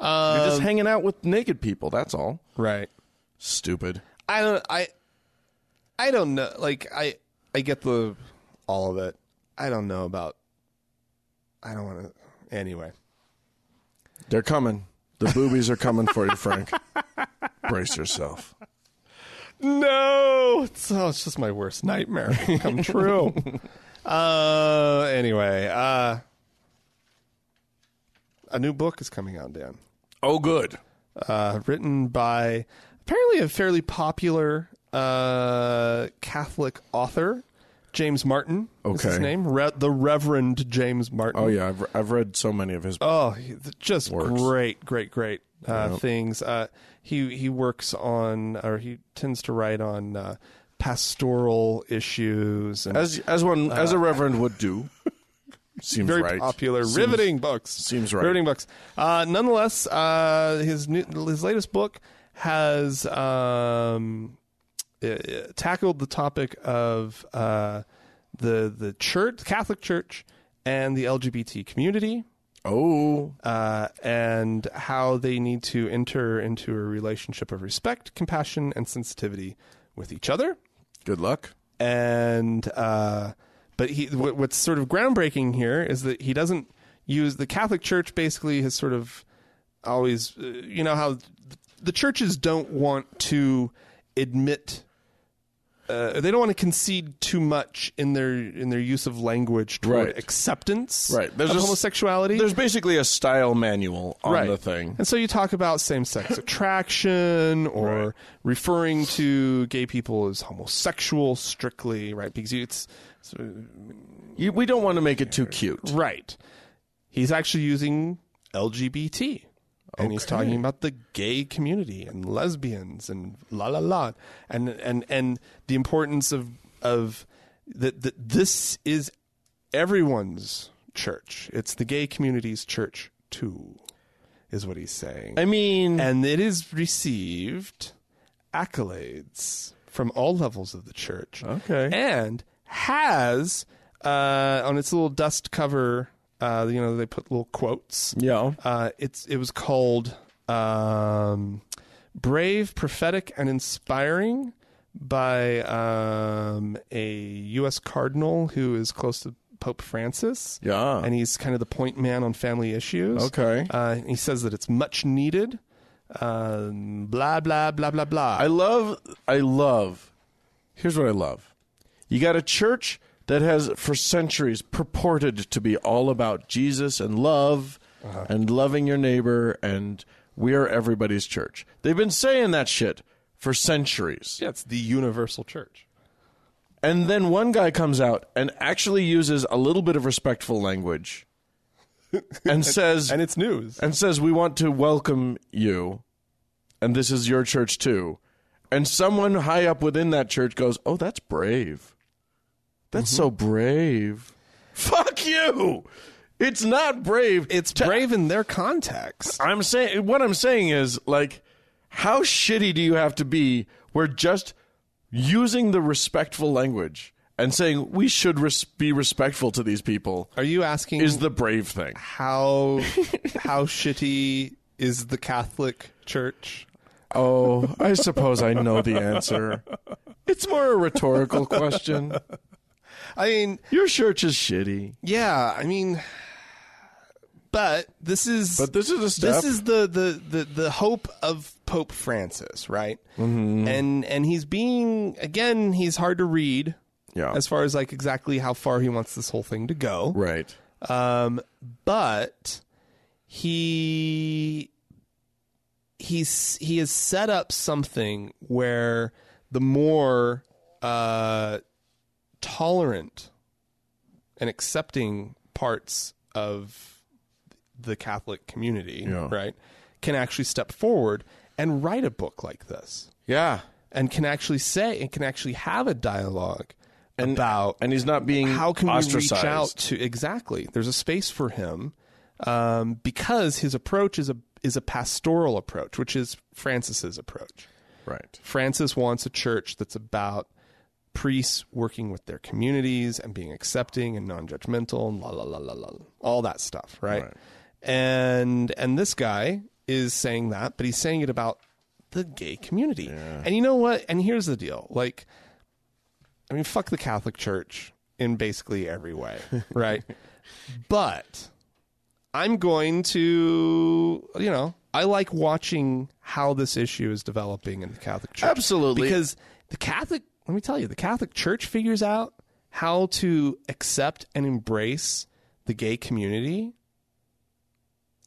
[SPEAKER 1] Uh,
[SPEAKER 2] You're just hanging out with naked people, that's all.
[SPEAKER 1] right.
[SPEAKER 2] Stupid.
[SPEAKER 1] I don't. I. I don't know. Like I. I get the all of it. I don't know about. I don't want to. Anyway.
[SPEAKER 2] They're coming. The boobies are coming for you, Frank. Brace yourself.
[SPEAKER 1] No, it's, oh, it's just my worst nightmare come true. uh, anyway, uh, a new book is coming out, Dan.
[SPEAKER 2] Oh, good.
[SPEAKER 1] uh, written by apparently a fairly popular uh, Catholic author, James Martin. Is his
[SPEAKER 2] Okay.
[SPEAKER 1] name Re- the Reverend James Martin.
[SPEAKER 2] Oh yeah, I've, I've read so many of his.
[SPEAKER 1] Oh, he- th- just great, great, great uh, things. Uh, he he works on, or he tends to write on uh, pastoral issues and
[SPEAKER 2] As as one as a reverend would do. Uh, Seems
[SPEAKER 1] very
[SPEAKER 2] right.
[SPEAKER 1] popular, riveting books.
[SPEAKER 2] seems right.
[SPEAKER 1] Riveting books. Uh, nonetheless, uh, his new, his latest book has um, uh, tackled the topic of uh, the the church, Catholic Church, and the LGBT community,
[SPEAKER 2] Oh,
[SPEAKER 1] uh, and how they need to enter into a relationship of respect, compassion, and sensitivity with each other
[SPEAKER 2] good luck.
[SPEAKER 1] and uh, but he what, what's sort of groundbreaking here is that he doesn't use the Catholic Church. Basically, has sort of always uh, you know how th- the churches don't want to admit uh, they don't want to concede too much in their in their use of language toward
[SPEAKER 2] Right.
[SPEAKER 1] acceptance
[SPEAKER 2] Right. There's
[SPEAKER 1] of
[SPEAKER 2] a s-
[SPEAKER 1] homosexuality.
[SPEAKER 2] There's basically a style manual on
[SPEAKER 1] right.
[SPEAKER 2] the thing.
[SPEAKER 1] And so you talk about same
[SPEAKER 2] [LAUGHS]
[SPEAKER 1] sex attraction or referring to gay people as homosexual strictly, right? Because you- it's
[SPEAKER 2] You, we don't want to make it too cute.
[SPEAKER 1] right. He's actually using LGBT. And he's talking about the gay community and lesbians and la la la and and and the importance of of that that this is everyone's church. It's the gay community's church too, is what he's saying.
[SPEAKER 2] I mean,
[SPEAKER 1] and it is received accolades from all levels of the church.
[SPEAKER 2] Okay.
[SPEAKER 1] and has uh, on its little dust cover, uh, you know, they put little quotes.
[SPEAKER 2] yeah.
[SPEAKER 1] Uh, it's it was called um, "Brave, Prophetic, and Inspiring" by um, a U.S. cardinal who is close to Pope Francis.
[SPEAKER 2] Yeah.
[SPEAKER 1] and he's kind of the point man on family issues.
[SPEAKER 2] Oh. Okay.
[SPEAKER 1] uh, he says that it's much needed. Um, blah blah blah blah blah.
[SPEAKER 2] I love, I love, here's what I love. You got a church that has, for centuries, purported to be all about Jesus and love and loving your neighbor, and we are everybody's church. They've been saying that shit for centuries.
[SPEAKER 1] yeah, it's the universal church.
[SPEAKER 2] And then one guy comes out and actually uses a little bit of respectful language and says,
[SPEAKER 1] And it's news.
[SPEAKER 2] and says, "We want to welcome you, and this is your church too." And someone high up within that church goes, "Oh, that's brave. That's so brave." [LAUGHS] Fuck you! It's not brave.
[SPEAKER 1] It's brave in their context.
[SPEAKER 2] I'm saying what I'm saying is like, how shitty do you have to be? Where just using the respectful language and saying we should res- be respectful to these people
[SPEAKER 1] Are you asking
[SPEAKER 2] is the brave thing. [LAUGHS]
[SPEAKER 1] how how shitty is the Catholic Church?
[SPEAKER 2] Oh, I suppose I know the answer. It's more a rhetorical question.
[SPEAKER 1] I mean,
[SPEAKER 2] Your church is shitty,
[SPEAKER 1] yeah, I mean, but this is
[SPEAKER 2] but this is a step.
[SPEAKER 1] this is the, the the the hope of Pope Francis, right? Mm-hmm. And and he's being again, he's hard to read
[SPEAKER 2] yeah,
[SPEAKER 1] as far as like exactly how far he wants this whole thing to go.
[SPEAKER 2] right.
[SPEAKER 1] Um, but he he's he has set up something where the more uh, tolerant and accepting parts of the Catholic community,
[SPEAKER 2] Yeah.
[SPEAKER 1] right, can actually step forward and write a book like this,
[SPEAKER 2] Yeah,
[SPEAKER 1] and can actually say and can actually have a dialogue about
[SPEAKER 2] and he's not being
[SPEAKER 1] how can
[SPEAKER 2] ostracized.
[SPEAKER 1] we reach out to exactly there's a space for him um, because his approach is a is a pastoral approach which is francis's approach
[SPEAKER 2] Right.
[SPEAKER 1] francis wants a church that's about priests working with their communities and being accepting and non-judgmental and la la la la la all that stuff right,
[SPEAKER 2] Right.
[SPEAKER 1] and and this guy is saying that but he's saying it about the gay community and you know what and here's the deal like I mean, fuck the Catholic Church in basically every way, right? but I'm going to, you know, I like watching how this issue is developing in the Catholic Church.
[SPEAKER 2] Absolutely.
[SPEAKER 1] Because the Catholic, let me tell you, the Catholic Church figures out how to accept and embrace the gay community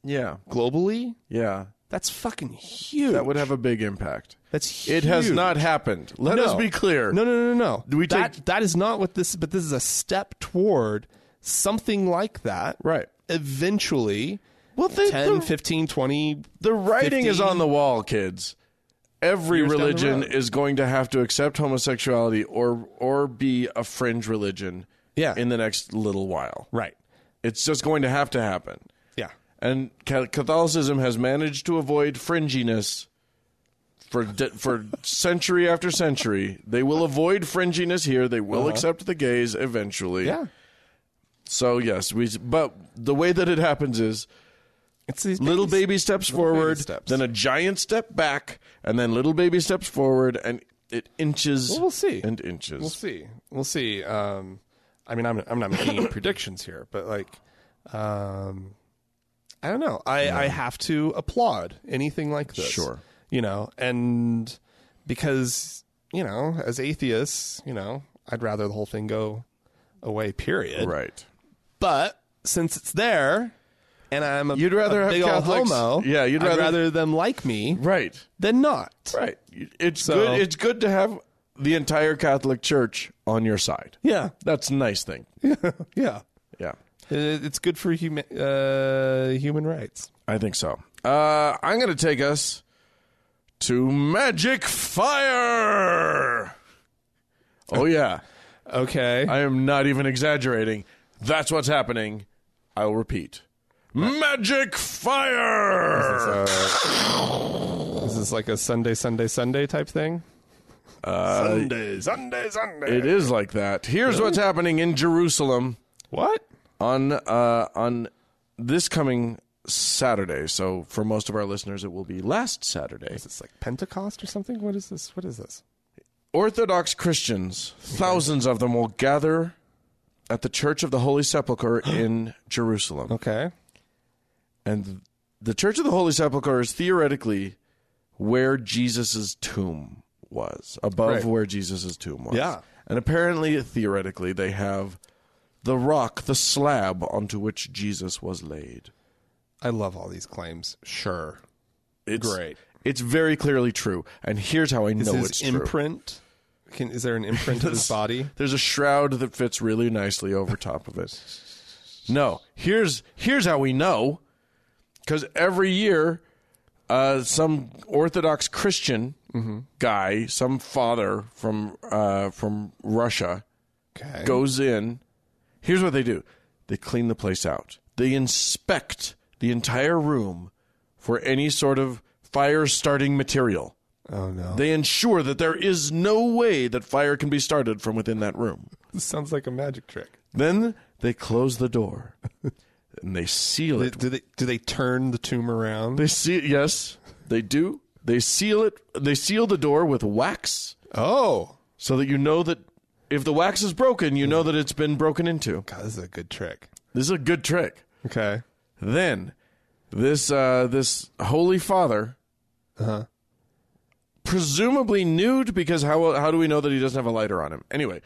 [SPEAKER 2] Yeah,
[SPEAKER 1] globally.
[SPEAKER 2] yeah.
[SPEAKER 1] That's fucking huge.
[SPEAKER 2] That would have a big impact.
[SPEAKER 1] That's huge.
[SPEAKER 2] It has not happened. Let
[SPEAKER 1] No.
[SPEAKER 2] us be clear.
[SPEAKER 1] No, no, no, no. no.
[SPEAKER 2] we
[SPEAKER 1] that that is not what this. But this is a step toward something like that.
[SPEAKER 2] Right.
[SPEAKER 1] Eventually,
[SPEAKER 2] Well, the,
[SPEAKER 1] 10,
[SPEAKER 2] the,
[SPEAKER 1] 15, 20.
[SPEAKER 2] the writing is
[SPEAKER 1] 15
[SPEAKER 2] on the wall, kids. Every
[SPEAKER 1] Years down the
[SPEAKER 2] religion
[SPEAKER 1] road.
[SPEAKER 2] is going to have to accept homosexuality or or be a fringe religion.
[SPEAKER 1] Yeah.
[SPEAKER 2] in the next little while.
[SPEAKER 1] Right.
[SPEAKER 2] It's just going to have to happen.
[SPEAKER 1] Yeah.
[SPEAKER 2] And Ca- Catholicism has managed to avoid fringiness for de-
[SPEAKER 1] [LAUGHS]
[SPEAKER 2] for century after century. They will avoid fringiness here. They will accept the gays eventually.
[SPEAKER 1] Uh-huh. Yeah.
[SPEAKER 2] So yes, we. But the way that it happens is
[SPEAKER 1] It's these
[SPEAKER 2] little
[SPEAKER 1] babies.
[SPEAKER 2] baby steps
[SPEAKER 1] baby
[SPEAKER 2] forward,
[SPEAKER 1] steps.
[SPEAKER 2] then a giant step back, and then little baby steps forward, and it inches.
[SPEAKER 1] Well, we'll see.
[SPEAKER 2] And inches.
[SPEAKER 1] We'll see. We'll see. Um, I mean, I'm I'm not making
[SPEAKER 2] [COUGHS]
[SPEAKER 1] any predictions here, but like, um, I don't know. I I have to applaud anything like this.
[SPEAKER 2] Sure.
[SPEAKER 1] You know, and because you know, as atheists, you know, I'd rather the whole thing go away, period.
[SPEAKER 2] Right.
[SPEAKER 1] But since it's there, and I'm a,
[SPEAKER 2] You'd rather
[SPEAKER 1] a
[SPEAKER 2] have
[SPEAKER 1] big old
[SPEAKER 2] Catholics-
[SPEAKER 1] homo,
[SPEAKER 2] Yeah, you'd
[SPEAKER 1] I'd
[SPEAKER 2] rather-
[SPEAKER 1] them like me
[SPEAKER 2] Right.
[SPEAKER 1] than not.
[SPEAKER 2] Right. It's
[SPEAKER 1] So-
[SPEAKER 2] good it's good to have the entire Catholic Church on your side.
[SPEAKER 1] Yeah, [LAUGHS]
[SPEAKER 2] That's a nice thing.
[SPEAKER 1] yeah.
[SPEAKER 2] Yeah.
[SPEAKER 1] It- It's good for human uh, human rights.
[SPEAKER 2] I think so. Uh, I'm going to take us to Magic Fire. Oh yeah.
[SPEAKER 1] Okay.
[SPEAKER 2] I am not even exaggerating. That's what's happening. I'll repeat. Magic fire.
[SPEAKER 1] So, is this like a Sunday, Sunday, Sunday type thing? Uh, Sunday, Sunday, Sunday.
[SPEAKER 2] It is like that. Here's what's happening in Jerusalem
[SPEAKER 1] what?
[SPEAKER 2] on uh, on this coming Saturday. So for most of our listeners, it will be last Saturday.
[SPEAKER 1] Is this like Pentecost or something? What is this? What is this?
[SPEAKER 2] Orthodox Christians, thousands of them, will gather at the Church of the Holy Sepulchre in Jerusalem.
[SPEAKER 1] Okay.
[SPEAKER 2] And the Church of the Holy Sepulchre is theoretically where Jesus' tomb was, above
[SPEAKER 1] Right.
[SPEAKER 2] where Jesus' tomb was.
[SPEAKER 1] Yeah.
[SPEAKER 2] And apparently, theoretically, they have the rock, the slab onto which Jesus was laid.
[SPEAKER 1] I love all these claims. Sure.
[SPEAKER 2] It's,
[SPEAKER 1] Great.
[SPEAKER 2] It's very clearly true. And here's how I know
[SPEAKER 1] his
[SPEAKER 2] it's true.
[SPEAKER 1] imprint. Can, is there an imprint of his [LAUGHS] body?
[SPEAKER 2] There's a shroud that fits really nicely over top of it. No, here's here's how we know, because every year, uh, some Orthodox Christian guy, some father from uh, from Russia,
[SPEAKER 1] Okay.
[SPEAKER 2] goes in. Here's what they do: they clean the place out. They inspect the entire room for any sort of fire starting material.
[SPEAKER 1] Oh no.
[SPEAKER 2] They ensure that there is no way that fire can be started from within that room.
[SPEAKER 1] This sounds like a magic trick.
[SPEAKER 2] Then they close the door and they seal
[SPEAKER 1] Do,
[SPEAKER 2] it.
[SPEAKER 1] do they do they turn the tomb around?
[SPEAKER 2] They see yes, they do. They seal it. They seal the door with wax
[SPEAKER 1] oh.
[SPEAKER 2] so that you know that if the wax is broken, you know that it's been broken into.
[SPEAKER 1] God, this is a good trick.
[SPEAKER 2] This is a good trick.
[SPEAKER 1] Okay.
[SPEAKER 2] Then this uh, this holy father
[SPEAKER 1] Uh-huh.
[SPEAKER 2] presumably nude because how how do we know that he doesn't have a lighter on him? Anyway,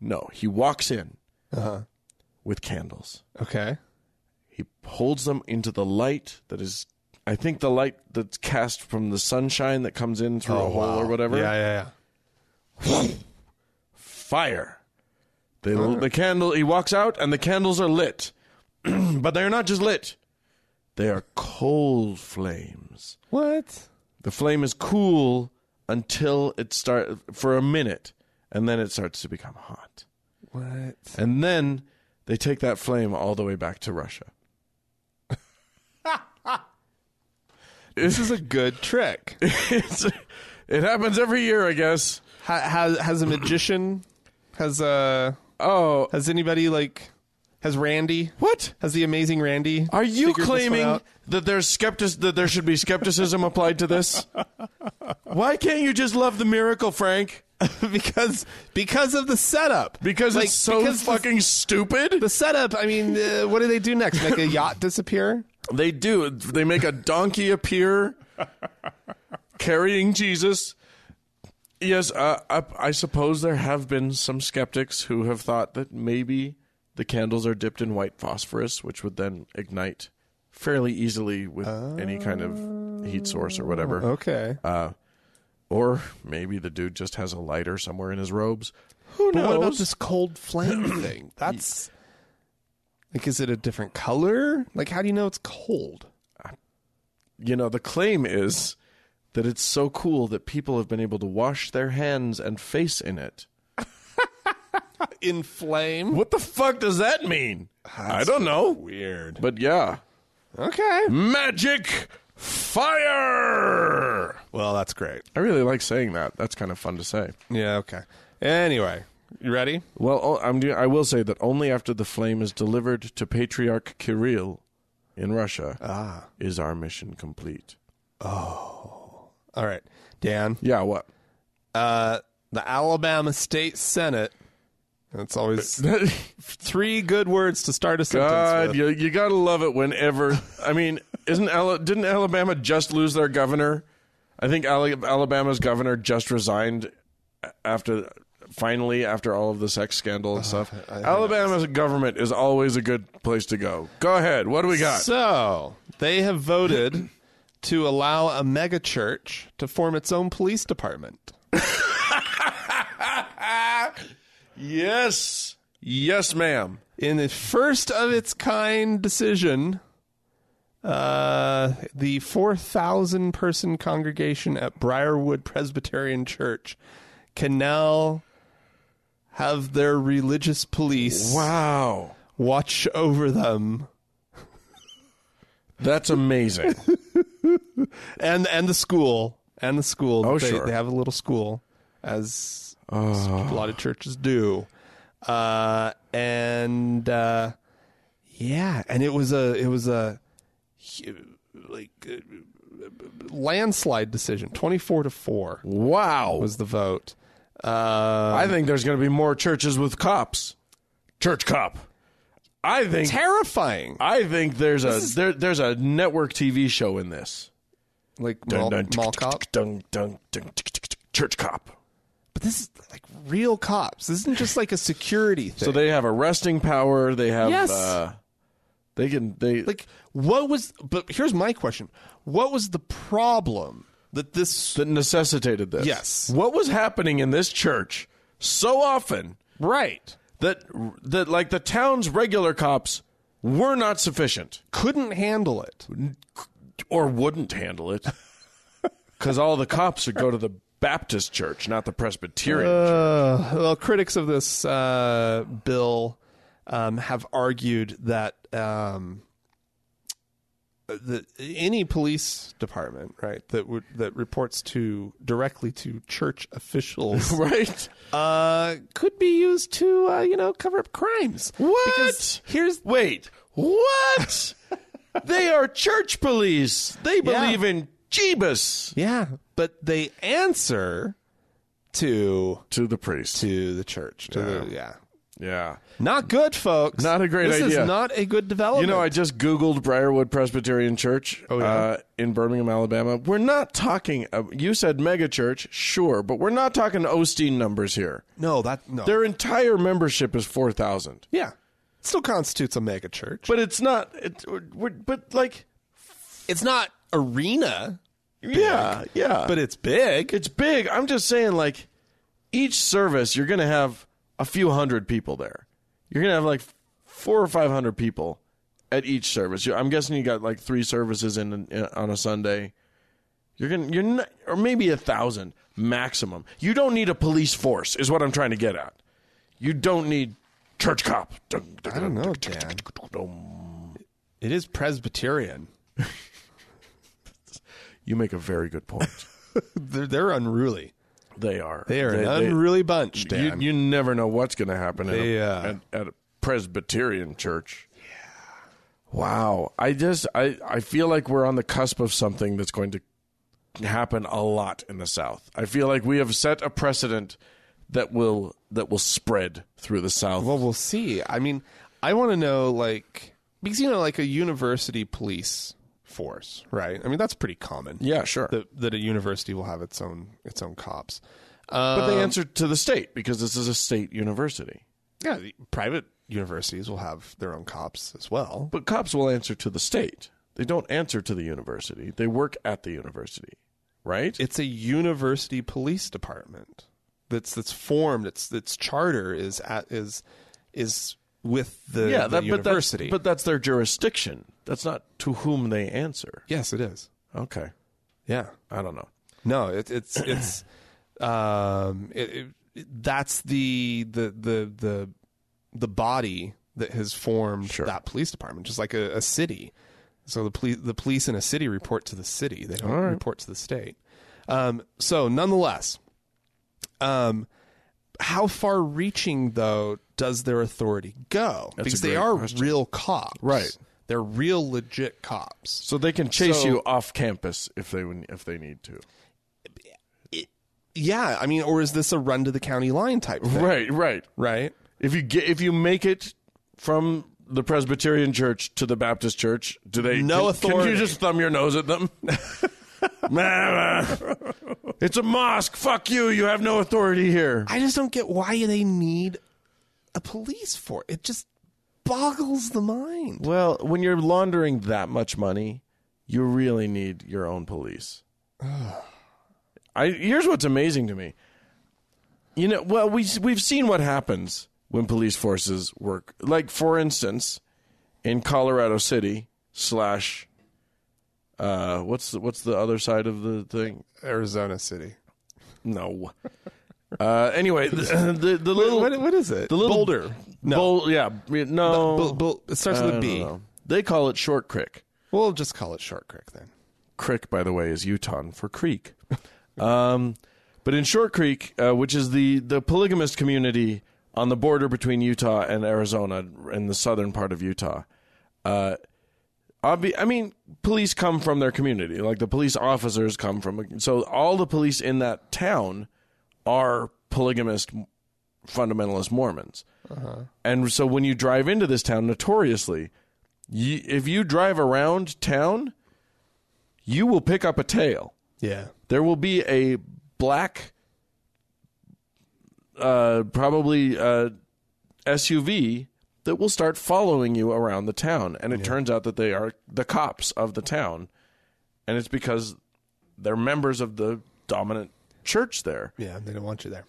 [SPEAKER 2] no, he walks in
[SPEAKER 1] Uh-huh.
[SPEAKER 2] with candles.
[SPEAKER 1] Okay.
[SPEAKER 2] He holds them into the light that is, I think, the light that's cast from the sunshine that comes in through a hole or whatever.
[SPEAKER 1] Oh, Yeah, yeah,
[SPEAKER 2] Fire. They, The candle. He walks out, and the candles are lit, [CLEARS THROAT] but they are not just lit; they are coal flames.
[SPEAKER 1] What?
[SPEAKER 2] The flame is cool until it start for a minute, and then it starts to become hot.
[SPEAKER 1] What?
[SPEAKER 2] And then they take that flame all the way back to Russia. [LAUGHS]
[SPEAKER 1] This is a good trick.
[SPEAKER 2] It's, it happens every year, I guess.
[SPEAKER 1] Ha- has has a magician has uh
[SPEAKER 2] Oh,
[SPEAKER 1] has anybody like has Randy
[SPEAKER 2] what?
[SPEAKER 1] has the amazing Randy?
[SPEAKER 2] Are you
[SPEAKER 1] figured this one
[SPEAKER 2] claiming
[SPEAKER 1] [LAUGHS] out?
[SPEAKER 2] that there's skeptic that there should be skepticism applied to this? Why can't you just love the miracle, Frank?
[SPEAKER 1] because because of the setup?
[SPEAKER 2] Because
[SPEAKER 1] Like,
[SPEAKER 2] it's so
[SPEAKER 1] because the-
[SPEAKER 2] fucking stupid.
[SPEAKER 1] the setup. I mean, uh, what do they do next? Make a yacht disappear?
[SPEAKER 2] They do. They make a donkey appear carrying Jesus. Yes, uh, I, I suppose there have been some skeptics who have thought that maybe the candles are dipped in white phosphorus, which would then ignite fairly easily with any kind of heat source or
[SPEAKER 1] Oh.
[SPEAKER 2] whatever.
[SPEAKER 1] Okay.
[SPEAKER 2] Uh, or maybe the dude just has a lighter somewhere in his robes. Who
[SPEAKER 1] But
[SPEAKER 2] knows?
[SPEAKER 1] what about this cold [CLEARS THROAT] flame thing? That's like, is it a different color? Like, how do you know it's cold?
[SPEAKER 2] you know, the claim is that it's so cool that people have been able to wash their hands and face in it.
[SPEAKER 1] In flame?
[SPEAKER 2] What the fuck does that mean? I don't know.
[SPEAKER 1] Weird.
[SPEAKER 2] But yeah.
[SPEAKER 1] Okay.
[SPEAKER 2] Magic fire.
[SPEAKER 1] Well, that's great.
[SPEAKER 2] I really like saying that. That's kind of fun to say.
[SPEAKER 1] Yeah. Okay. Anyway, you ready?
[SPEAKER 2] Well, o- I'm do- I will say that only after the flame is delivered to Patriarch Kirill in Russia
[SPEAKER 1] Ah.
[SPEAKER 2] is our mission complete.
[SPEAKER 1] All right, Dan.
[SPEAKER 2] Yeah, [LAUGHS] what?
[SPEAKER 1] Uh, the Alabama State Senate. That's always three good words to start a sentence
[SPEAKER 2] God,
[SPEAKER 1] with.
[SPEAKER 2] you, you gotta love it whenever. I mean, isn't Ala- didn't Alabama just lose their governor? I think Ala- Alabama's governor just resigned after finally after all of the sex scandal and stuff. Alabama's government is always a good place to go. Go ahead. What do we got?
[SPEAKER 1] So they have voted [CLEARS THROAT] to allow a mega church to form its own police department.
[SPEAKER 2] yes. Yes, ma'am.
[SPEAKER 1] In the first of its kind decision, uh, the 4,000 person congregation at Briarwood Presbyterian Church can now have their religious police
[SPEAKER 2] Wow.
[SPEAKER 1] watch over them
[SPEAKER 2] That's amazing.
[SPEAKER 1] and and the school and the school.
[SPEAKER 2] Oh,
[SPEAKER 1] they,
[SPEAKER 2] sure. Ah.
[SPEAKER 1] they have a little school, as a lot of churches do. Uh, and uh, yeah, and it was a it was a hu- like uh, landslide decision, twenty four to four
[SPEAKER 2] wow.
[SPEAKER 1] was the vote. Uh,
[SPEAKER 2] I think there's going to be more churches with cops. Church cop. I think
[SPEAKER 1] terrifying.
[SPEAKER 2] I think there's a there, there's a network TV show in this.
[SPEAKER 1] Like mall, mall cop,
[SPEAKER 2] Dun, dun, dun, tick, tick, tick, church cop.
[SPEAKER 1] but this is like real cops. This isn't just like a security thing.
[SPEAKER 2] So they have arresting power. They have
[SPEAKER 1] Yes.
[SPEAKER 2] uh, they can they
[SPEAKER 1] like what was but here's my question what was the problem that this
[SPEAKER 2] that necessitated this.
[SPEAKER 1] Yes.
[SPEAKER 2] What was happening in this church so often
[SPEAKER 1] right
[SPEAKER 2] that that like the town's regular cops were not sufficient
[SPEAKER 1] couldn't handle it
[SPEAKER 2] or wouldn't
[SPEAKER 1] [LAUGHS]
[SPEAKER 2] handle it because all the cops would go to the Baptist church, not the Presbyterian. church.
[SPEAKER 1] uh, well critics of this uh, bill um, have argued that um, that any police department right that would that reports to directly to church [LAUGHS] officials
[SPEAKER 2] [LAUGHS] Right?
[SPEAKER 1] uh, could be used to uh, you know cover up crimes
[SPEAKER 2] What?
[SPEAKER 1] because here's
[SPEAKER 2] Wait, what? they are church police. They believe in Jeebus.
[SPEAKER 1] Yeah, but they answer to
[SPEAKER 2] To the priest.
[SPEAKER 1] to the church. To yeah. The, yeah,
[SPEAKER 2] Yeah.
[SPEAKER 1] not good, folks.
[SPEAKER 2] Not a great
[SPEAKER 1] this
[SPEAKER 2] idea.
[SPEAKER 1] is not a good
[SPEAKER 2] You
[SPEAKER 1] development.
[SPEAKER 2] know, I just Googled Briarwood Presbyterian Church uh, in Birmingham, Alabama. We're not talking, uh, you said mega church, sure, but we're not talking Osteen numbers here.
[SPEAKER 1] no, that no.
[SPEAKER 2] Their entire membership is 4,000.
[SPEAKER 1] yeah, it still constitutes a mega church.
[SPEAKER 2] But it's not, it, we're, but like,
[SPEAKER 1] it's not arena,
[SPEAKER 2] yeah, yeah.
[SPEAKER 1] but it's big.
[SPEAKER 2] it's big. I'm just saying, like, each service, you're going to have a few hundred people there. You're going to have like four or five hundred people at each service. You- I'm guessing you got like three services in, in on a Sunday. You're gonna, you're not, or maybe a thousand maximum. You don't need a police force, is what I'm trying to get at. You don't need church cop.
[SPEAKER 1] I don't know, Dan. It is Presbyterian.
[SPEAKER 2] You make a very
[SPEAKER 1] [LAUGHS]
[SPEAKER 2] good point.
[SPEAKER 1] They're, they're unruly.
[SPEAKER 2] they are.
[SPEAKER 1] They are an unruly bunch,
[SPEAKER 2] You,
[SPEAKER 1] Dan.
[SPEAKER 2] you never know what's going to happen at,
[SPEAKER 1] They,
[SPEAKER 2] a,
[SPEAKER 1] uh,
[SPEAKER 2] at, at a Presbyterian church. Yeah. Wow. I just I I feel like we're on the cusp of something that's going to happen a lot in the South. I feel like we have set a precedent that will that will spread through the South.
[SPEAKER 1] well, we'll see. I mean, I want to know, like, because you know, like a university police force, right? I mean, that's pretty common.
[SPEAKER 2] yeah, sure.
[SPEAKER 1] that, that a university will have its own its own cops.
[SPEAKER 2] but
[SPEAKER 1] Uh,
[SPEAKER 2] they answer to the state because this is a state university.
[SPEAKER 1] yeah, the private universities will have their own cops as well.
[SPEAKER 2] But cops will answer to the state. They don't answer to the university. They work at the university, right?
[SPEAKER 1] It's a university police department that's that's formed. Its its charter is at is is with the, the
[SPEAKER 2] yeah, that, but that's,
[SPEAKER 1] university.
[SPEAKER 2] but that's their jurisdiction. That's not to whom they answer.
[SPEAKER 1] yes, it is.
[SPEAKER 2] Okay,
[SPEAKER 1] Yeah,
[SPEAKER 2] I don't know.
[SPEAKER 1] no, it, it's it's [CLEARS THROAT] um it, it, it- that's the the the the the body that has formed
[SPEAKER 2] Sure.
[SPEAKER 1] that police department, just like a, a city. So the police, the police in a city report to the city. They don't report to the state. Um, so nonetheless, um, how far-reaching though does their authority go? because they
[SPEAKER 2] great
[SPEAKER 1] are real cops,
[SPEAKER 2] Right.
[SPEAKER 1] They're real legit cops.
[SPEAKER 2] So they can chase
[SPEAKER 1] So-
[SPEAKER 2] you off campus if they would- if they need to.
[SPEAKER 1] Yeah, I mean, or is this a run to the county line type thing?
[SPEAKER 2] Right, right.
[SPEAKER 1] right?
[SPEAKER 2] If you get if you make it from the Presbyterian church to the Baptist church, do they
[SPEAKER 1] No
[SPEAKER 2] can, Can
[SPEAKER 1] authority. [LAUGHS]
[SPEAKER 2] you just thumb your nose at them? it's a mosque. Fuck you. You have no authority here.
[SPEAKER 1] I just don't get why they need a police force. It just boggles the mind.
[SPEAKER 2] Well, when you're laundering that much money, you really need your
[SPEAKER 1] [SIGHS]
[SPEAKER 2] own police. I here's what's amazing to me. You know, well we we've seen what happens when police forces work. Like for instance, in Colorado City slash, uh, what's the, what's the other side of the thing?
[SPEAKER 1] Arizona City. [LAUGHS]
[SPEAKER 2] No. Uh, anyway, the [LAUGHS] the, the little
[SPEAKER 1] What, what is it?
[SPEAKER 2] the little
[SPEAKER 1] Boulder.
[SPEAKER 2] No, yeah, no.
[SPEAKER 1] Bul- bul- it starts with
[SPEAKER 2] I
[SPEAKER 1] a
[SPEAKER 2] don't
[SPEAKER 1] B.
[SPEAKER 2] know. They call it Short Creek.
[SPEAKER 1] We'll just call it Short Creek then.
[SPEAKER 2] Crick, by the way, is Utah for creek. um, but in Short Creek, uh, which is the, the polygamist community on the border between Utah and Arizona in the southern part of Utah, uh, obvi- I mean, police come from their community. Like the police officers come from. So all the police in that town are polygamist fundamentalist Mormons. And so when you drive into this town, notoriously, you, if you drive around town, you will pick up a tail.
[SPEAKER 1] Yeah.
[SPEAKER 2] There will be a black, uh, probably uh, SUV that will start following you around the town. And it turns out that they are the cops of the town. And it's because they're members of the dominant church there.
[SPEAKER 1] Yeah. They don't want you there.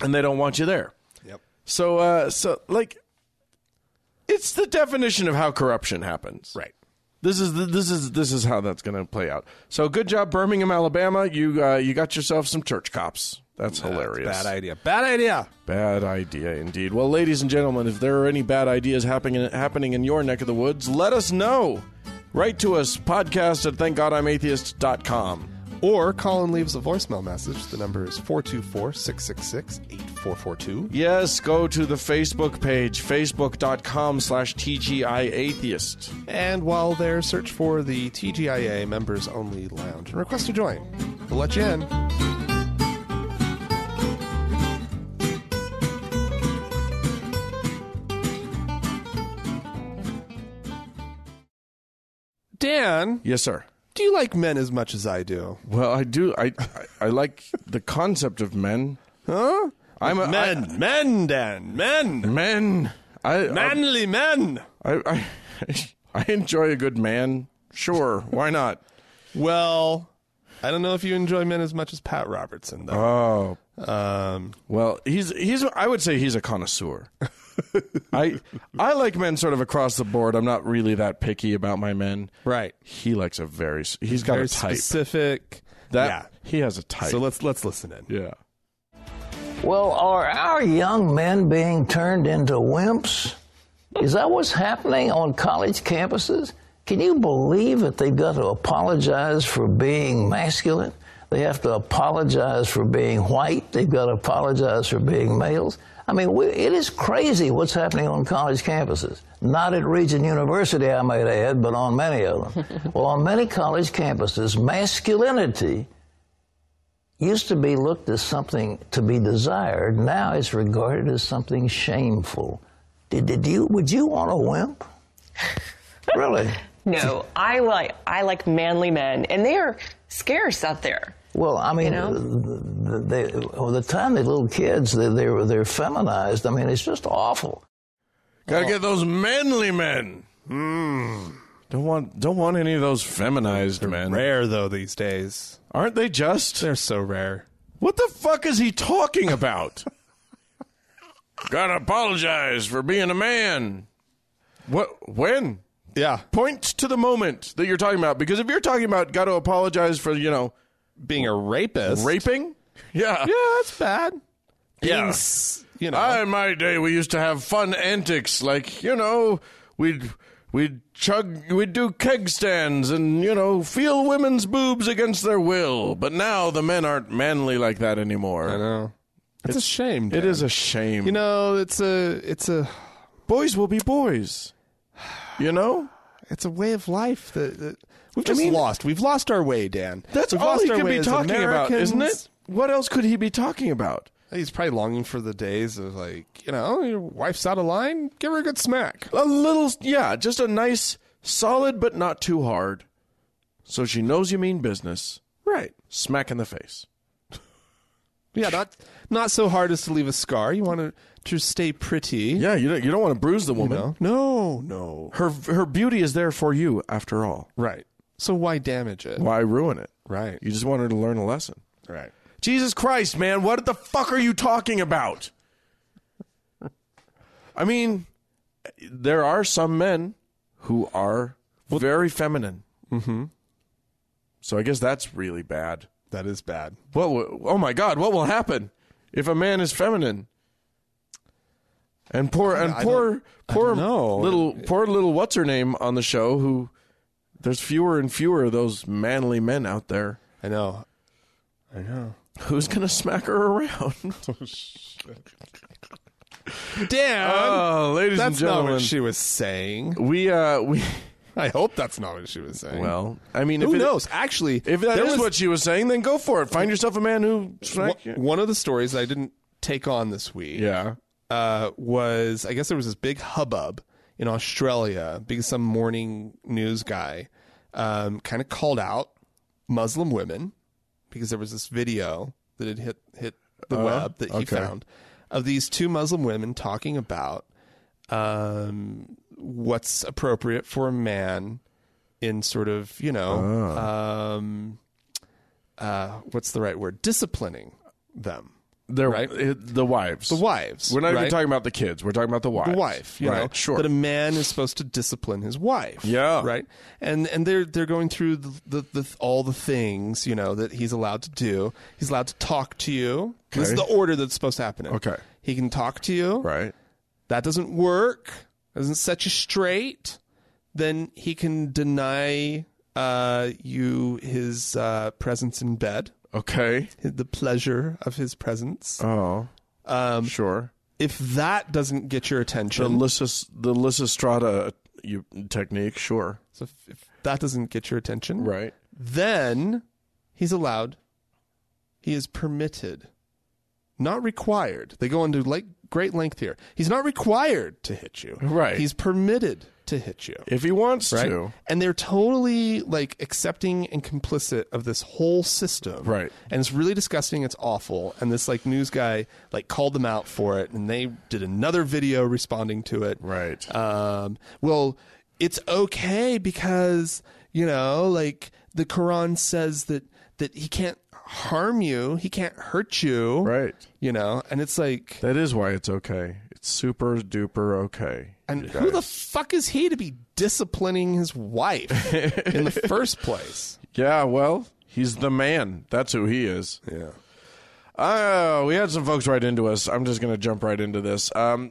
[SPEAKER 2] And they don't want you there.
[SPEAKER 1] Yep.
[SPEAKER 2] So, uh, so like, it's the definition of how corruption happens.
[SPEAKER 1] Right.
[SPEAKER 2] This is the, this is this is how that's going to play out. So good job, Birmingham, Alabama. You uh, you got yourself some church cops. That's hilarious.
[SPEAKER 1] Bad idea. Bad idea.
[SPEAKER 2] Bad idea indeed. Well, ladies and gentlemen, if there are any bad ideas happening happening in your neck of the woods, let us know. Write to us podcast at thankgodimatheist.com.
[SPEAKER 1] Or Colin leaves a voicemail message. The number is 424 666 8442.
[SPEAKER 2] Yes, go to the Facebook page, facebook.com slash TGI Atheist.
[SPEAKER 1] And while there, search for the TGIA Members Only Lounge and request to join. We'll let you in. Dan,
[SPEAKER 2] Yes, sir.
[SPEAKER 1] do you like men as much as I do?
[SPEAKER 2] Well, I do. I I, I like the concept of men.
[SPEAKER 1] Huh? Um,
[SPEAKER 2] I'm a,
[SPEAKER 1] men, Dan, men,
[SPEAKER 2] I, men. I
[SPEAKER 1] manly men.
[SPEAKER 2] I, I I [LAUGHS] enjoy a good man. Sure,
[SPEAKER 1] [LAUGHS]
[SPEAKER 2] why not?
[SPEAKER 1] Well, I don't know if you enjoy men as much as Pat Robertson, though.
[SPEAKER 2] Oh
[SPEAKER 1] Um,
[SPEAKER 2] well, he's he's. I would say he's
[SPEAKER 1] [LAUGHS]
[SPEAKER 2] a connoisseur. I I like men sort of across the board. I'm not really that picky about my men.
[SPEAKER 1] right.
[SPEAKER 2] He likes a very. s- He's got
[SPEAKER 1] Very
[SPEAKER 2] a type.
[SPEAKER 1] specific.
[SPEAKER 2] That he has a type.
[SPEAKER 1] So let's let's listen in.
[SPEAKER 2] yeah.
[SPEAKER 3] Well, are our young men being turned into wimps? Is that what's happening on college campuses? Can you believe that they've got to apologize for being masculine? They have to apologize for being white. They've got to apologize for being males. I mean, we, it is crazy what's happening on college campuses. Not at Regent University, I might add, but on many of them. well, on many college campuses, masculinity used to be looked as something to be desired. Now it's regarded as something shameful. Did, did you? Would you want a wimp? really?
[SPEAKER 4] No, I like I like manly men, and they are scarce out there.
[SPEAKER 3] Well, I mean,
[SPEAKER 4] know?
[SPEAKER 3] uh, they, well, the time they're little kids, they, they're, they're feminized. I mean, it's just awful.
[SPEAKER 2] Gotta
[SPEAKER 1] Oh.
[SPEAKER 2] get those manly men.
[SPEAKER 1] Hmm.
[SPEAKER 2] Don't want don't want any of those feminized men.
[SPEAKER 1] Rare though these days.
[SPEAKER 2] Aren't they just?
[SPEAKER 1] They're so rare.
[SPEAKER 2] What the fuck is he talking about? Gotta apologize for being a man. What? When?
[SPEAKER 1] Yeah,
[SPEAKER 2] Point to the moment that you're talking about, because if you're talking about gotta apologize for, you know,
[SPEAKER 1] being a rapist.
[SPEAKER 2] raping, yeah.
[SPEAKER 1] Yeah, that's bad.
[SPEAKER 2] Yeah.
[SPEAKER 1] Being s- you know.
[SPEAKER 2] I, in my day, we used to have fun antics, like, you know, we'd. We'd chug, we'd do keg stands and, you know, feel women's boobs against their will. But now the men aren't manly like that anymore.
[SPEAKER 1] know. It's, a shame.
[SPEAKER 2] It is a shame.
[SPEAKER 1] You know, it's a it's a
[SPEAKER 2] boys will be boys. You know?
[SPEAKER 1] it's a way of life that, that we've just
[SPEAKER 2] mean-
[SPEAKER 1] lost. We've lost our way, Dan.
[SPEAKER 2] That's
[SPEAKER 1] We've
[SPEAKER 2] all
[SPEAKER 1] lost
[SPEAKER 2] he
[SPEAKER 1] our
[SPEAKER 2] can
[SPEAKER 1] way
[SPEAKER 2] be
[SPEAKER 1] as
[SPEAKER 2] talking about, isn't
[SPEAKER 1] Americans.
[SPEAKER 2] it? What else could he be talking about?
[SPEAKER 1] He's probably longing for the days of like, you know, your wife's out of line, give her a good smack.
[SPEAKER 2] A little, yeah, just a nice, solid, but not too hard so she knows you mean business.
[SPEAKER 1] Right.
[SPEAKER 2] Smack in the face.
[SPEAKER 1] Yeah, not not so hard as to leave a scar. You want to to stay pretty.
[SPEAKER 2] Yeah, you don't, you don't want to bruise the
[SPEAKER 1] You
[SPEAKER 2] woman.
[SPEAKER 1] know? No, no.
[SPEAKER 2] Her her beauty is there for you after all.
[SPEAKER 1] Right. So why damage it?
[SPEAKER 2] Why ruin it?
[SPEAKER 1] Right.
[SPEAKER 2] You just want her to learn a lesson.
[SPEAKER 1] Right.
[SPEAKER 2] Jesus Christ, man, what the fuck are you talking about? I mean, there are some men who are very feminine. Mm-hmm. So I guess that's really bad.
[SPEAKER 1] That is bad.
[SPEAKER 2] What? W- oh my God! What will happen if a man is feminine? And poor and
[SPEAKER 1] I
[SPEAKER 2] poor poor
[SPEAKER 1] don't know.
[SPEAKER 2] little poor little what's her name on the show who there's fewer and fewer of those manly men out there.
[SPEAKER 1] I know. I know.
[SPEAKER 2] Who's gonna smack her around? [LAUGHS]
[SPEAKER 1] Dan,
[SPEAKER 2] Oh, ladies and
[SPEAKER 1] that's not
[SPEAKER 2] gentlemen,
[SPEAKER 1] what she was saying.
[SPEAKER 2] we uh we
[SPEAKER 1] I hope that's not what she was saying.
[SPEAKER 2] [LAUGHS] well, I mean,
[SPEAKER 1] who
[SPEAKER 2] if it-
[SPEAKER 1] knows? Actually,
[SPEAKER 2] If that
[SPEAKER 1] there
[SPEAKER 2] is
[SPEAKER 1] was
[SPEAKER 2] what she was saying, then go for it. Find yourself a man who smack
[SPEAKER 1] one-
[SPEAKER 2] you.
[SPEAKER 1] one of the stories I didn't take on this week.
[SPEAKER 2] Yeah,
[SPEAKER 1] uh, was I guess there was this big hubbub in Australia because some morning news guy um, kind of called out Muslim women because there was this video that had hit hit the web that he
[SPEAKER 2] Uh-huh. okay.
[SPEAKER 1] found of these two Muslim women talking about um, what's appropriate for a man in sort of you know
[SPEAKER 2] Ah.
[SPEAKER 1] um, uh, what's the right word disciplining them
[SPEAKER 2] they're
[SPEAKER 1] Right.
[SPEAKER 2] it- the wives.
[SPEAKER 1] the wives
[SPEAKER 2] We're not
[SPEAKER 1] right?
[SPEAKER 2] even talking about the kids. We're talking about the wives.
[SPEAKER 1] the wife, you
[SPEAKER 2] right?
[SPEAKER 1] know,
[SPEAKER 2] Sure.
[SPEAKER 1] that a man is supposed to discipline his wife,
[SPEAKER 2] Yeah.
[SPEAKER 1] right. And and they're they're going through the, the, the all the things you know that he's allowed to do. He's allowed to talk to you. This is the
[SPEAKER 2] Okay.
[SPEAKER 1] order that's supposed to happen. In.
[SPEAKER 2] Okay.
[SPEAKER 1] he can talk to you.
[SPEAKER 2] right.
[SPEAKER 1] That doesn't work. Doesn't set you straight. Then he can deny uh, you his uh, presence in bed,
[SPEAKER 2] Okay.
[SPEAKER 1] the pleasure of his presence.
[SPEAKER 2] Oh. Um. Sure.
[SPEAKER 1] if that doesn't get your
[SPEAKER 2] The
[SPEAKER 1] attention,
[SPEAKER 2] Lysis, the Lysistrata uh, you, technique. Sure.
[SPEAKER 1] So if, if that doesn't get your attention,
[SPEAKER 2] Right.
[SPEAKER 1] then he's allowed, he is permitted, not required. They go into like great length here. He's not required to hit you.
[SPEAKER 2] Right.
[SPEAKER 1] He's permitted to hit you.
[SPEAKER 2] If he wants
[SPEAKER 1] Right.
[SPEAKER 2] to.
[SPEAKER 1] And they're totally like accepting and complicit of this whole system.
[SPEAKER 2] Right.
[SPEAKER 1] And it's really disgusting. It's awful. And this like news guy like called them out for it, and they did another video responding to it.
[SPEAKER 2] Right.
[SPEAKER 1] Um, well, it's okay because you know, like the Quran says that that he can't harm you, he can't hurt you,
[SPEAKER 2] Right.
[SPEAKER 1] You know, and it's like,
[SPEAKER 2] That is why it's okay. It's super duper okay.
[SPEAKER 1] and
[SPEAKER 2] you
[SPEAKER 1] who the
[SPEAKER 2] guys.
[SPEAKER 1] fuck is he to be disciplining his wife in
[SPEAKER 2] [LAUGHS]
[SPEAKER 1] the first place?
[SPEAKER 2] yeah. Well, he's the man. That's who he is.
[SPEAKER 1] Yeah.
[SPEAKER 2] Oh, we had some folks right into us. I'm just going to jump right into this. Um,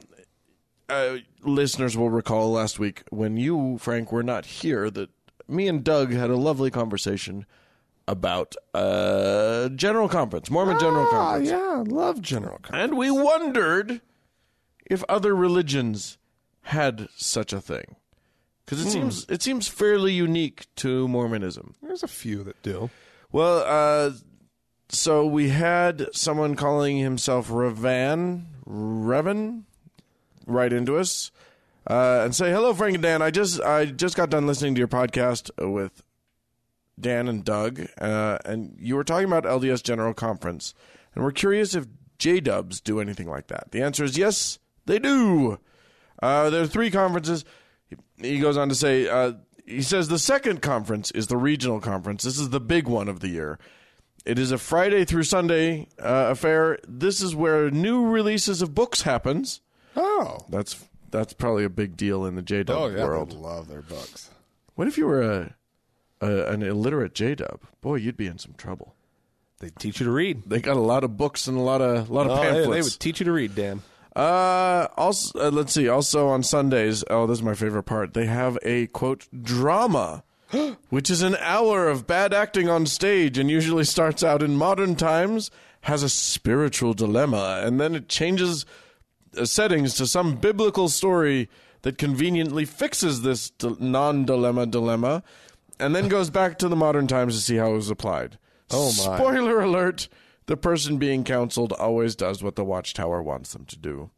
[SPEAKER 2] uh, listeners will recall last week when you, Frank, were not here that me and Doug had a lovely conversation about uh, General Conference, Mormon General
[SPEAKER 1] Ah,
[SPEAKER 2] Conference.
[SPEAKER 1] yeah, love General. Con-
[SPEAKER 2] And we wondered if other religions had such a thing. Because
[SPEAKER 1] Hmm.
[SPEAKER 2] it seems it seems fairly unique to Mormonism.
[SPEAKER 1] There's a few that do.
[SPEAKER 2] Well, uh, so we had someone calling himself Revan, Revan, right into us, uh, and say, "Hello, Frank and Dan. I just I just got done listening to your podcast with Dan and Doug, uh, and you were talking about LDS General Conference, and we're curious if J Dubs do anything like that. The answer is yes, they do. Uh, there are three conferences. He goes on to say, uh, he says the second conference is the regional conference. This is the big one of the year. It is a Friday through Sunday uh, affair. This is where new releases of books happens.
[SPEAKER 1] Oh,
[SPEAKER 2] That's that's probably a big deal in the J Dub world.
[SPEAKER 1] love their books.
[SPEAKER 2] What if you were a, a an illiterate J Dub? Boy, you'd be in some trouble.
[SPEAKER 1] They teach you to read.
[SPEAKER 2] They got a lot of books and a lot of a lot of
[SPEAKER 1] Oh, yeah,
[SPEAKER 2] pamphlets.
[SPEAKER 1] they would teach you to read, Dan.
[SPEAKER 2] Uh, also, uh, let's see. Also on Sundays, oh, this is my favorite part. They have a quote
[SPEAKER 1] [GASPS]
[SPEAKER 2] drama, which is an hour of bad acting on stage, and usually starts out in modern times, has a spiritual dilemma, and then it changes uh, settings to some biblical story that conveniently fixes this d- non-dilemma dilemma, and then goes back to the modern times to see how it was applied.
[SPEAKER 1] Oh, my.
[SPEAKER 2] Spoiler alert. The person being counseled always does what the watchtower wants them to do.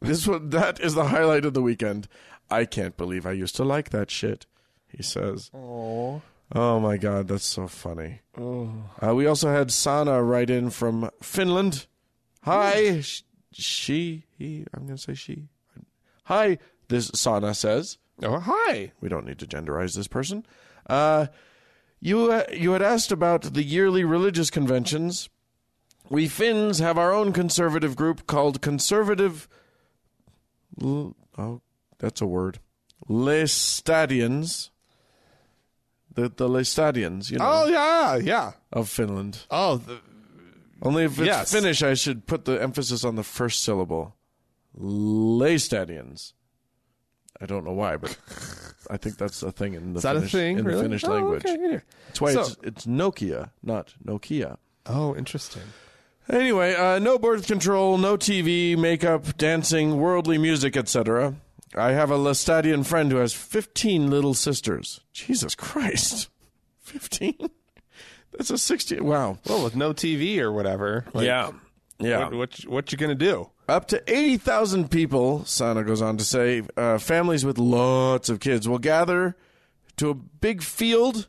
[SPEAKER 2] This was, that is the highlight of the weekend. I can't believe I used to like that shit, he says. Oh my god, that's so funny. Uh, we also had Sana write in from Finland.
[SPEAKER 1] Hmm.
[SPEAKER 2] Hi, sh- she, he, I'm going to say she. Hi, this Sana says.
[SPEAKER 1] Oh, hi.
[SPEAKER 2] We don't need to genderize this person. Uh, you, uh, you had asked about the yearly religious conventions. We Finns have our own conservative group called Conservative. L- oh, that's a word. Lestadians. The the Lestadians, you know,
[SPEAKER 1] Oh, yeah, yeah.
[SPEAKER 2] of Finland.
[SPEAKER 1] Oh, the,
[SPEAKER 2] Only if it's
[SPEAKER 1] Yes.
[SPEAKER 2] Finnish, I should put the emphasis on the first syllable. Lestadians. I don't know why, but I think that's a thing in the
[SPEAKER 1] is that
[SPEAKER 2] Finnish,
[SPEAKER 1] a thing?
[SPEAKER 2] in
[SPEAKER 1] really?
[SPEAKER 2] the Finnish
[SPEAKER 1] oh,
[SPEAKER 2] language.
[SPEAKER 1] okay, here.
[SPEAKER 2] That's why
[SPEAKER 1] So-
[SPEAKER 2] it's, it's Nokia, not Nokia.
[SPEAKER 1] Oh, interesting.
[SPEAKER 2] Anyway, uh, no birth control, no TV, makeup, dancing, worldly music, etc. I have a Lestadian friend who has 15 little sisters. Jesus Christ. [LAUGHS] 15? That's a 60. Wow.
[SPEAKER 1] Well, with no TV or whatever. like,
[SPEAKER 2] yeah. Yeah.
[SPEAKER 1] What, what, what you gonna do?
[SPEAKER 2] Up to 80,000 people, Sana goes on to say, uh, families with lots of kids will gather to a big field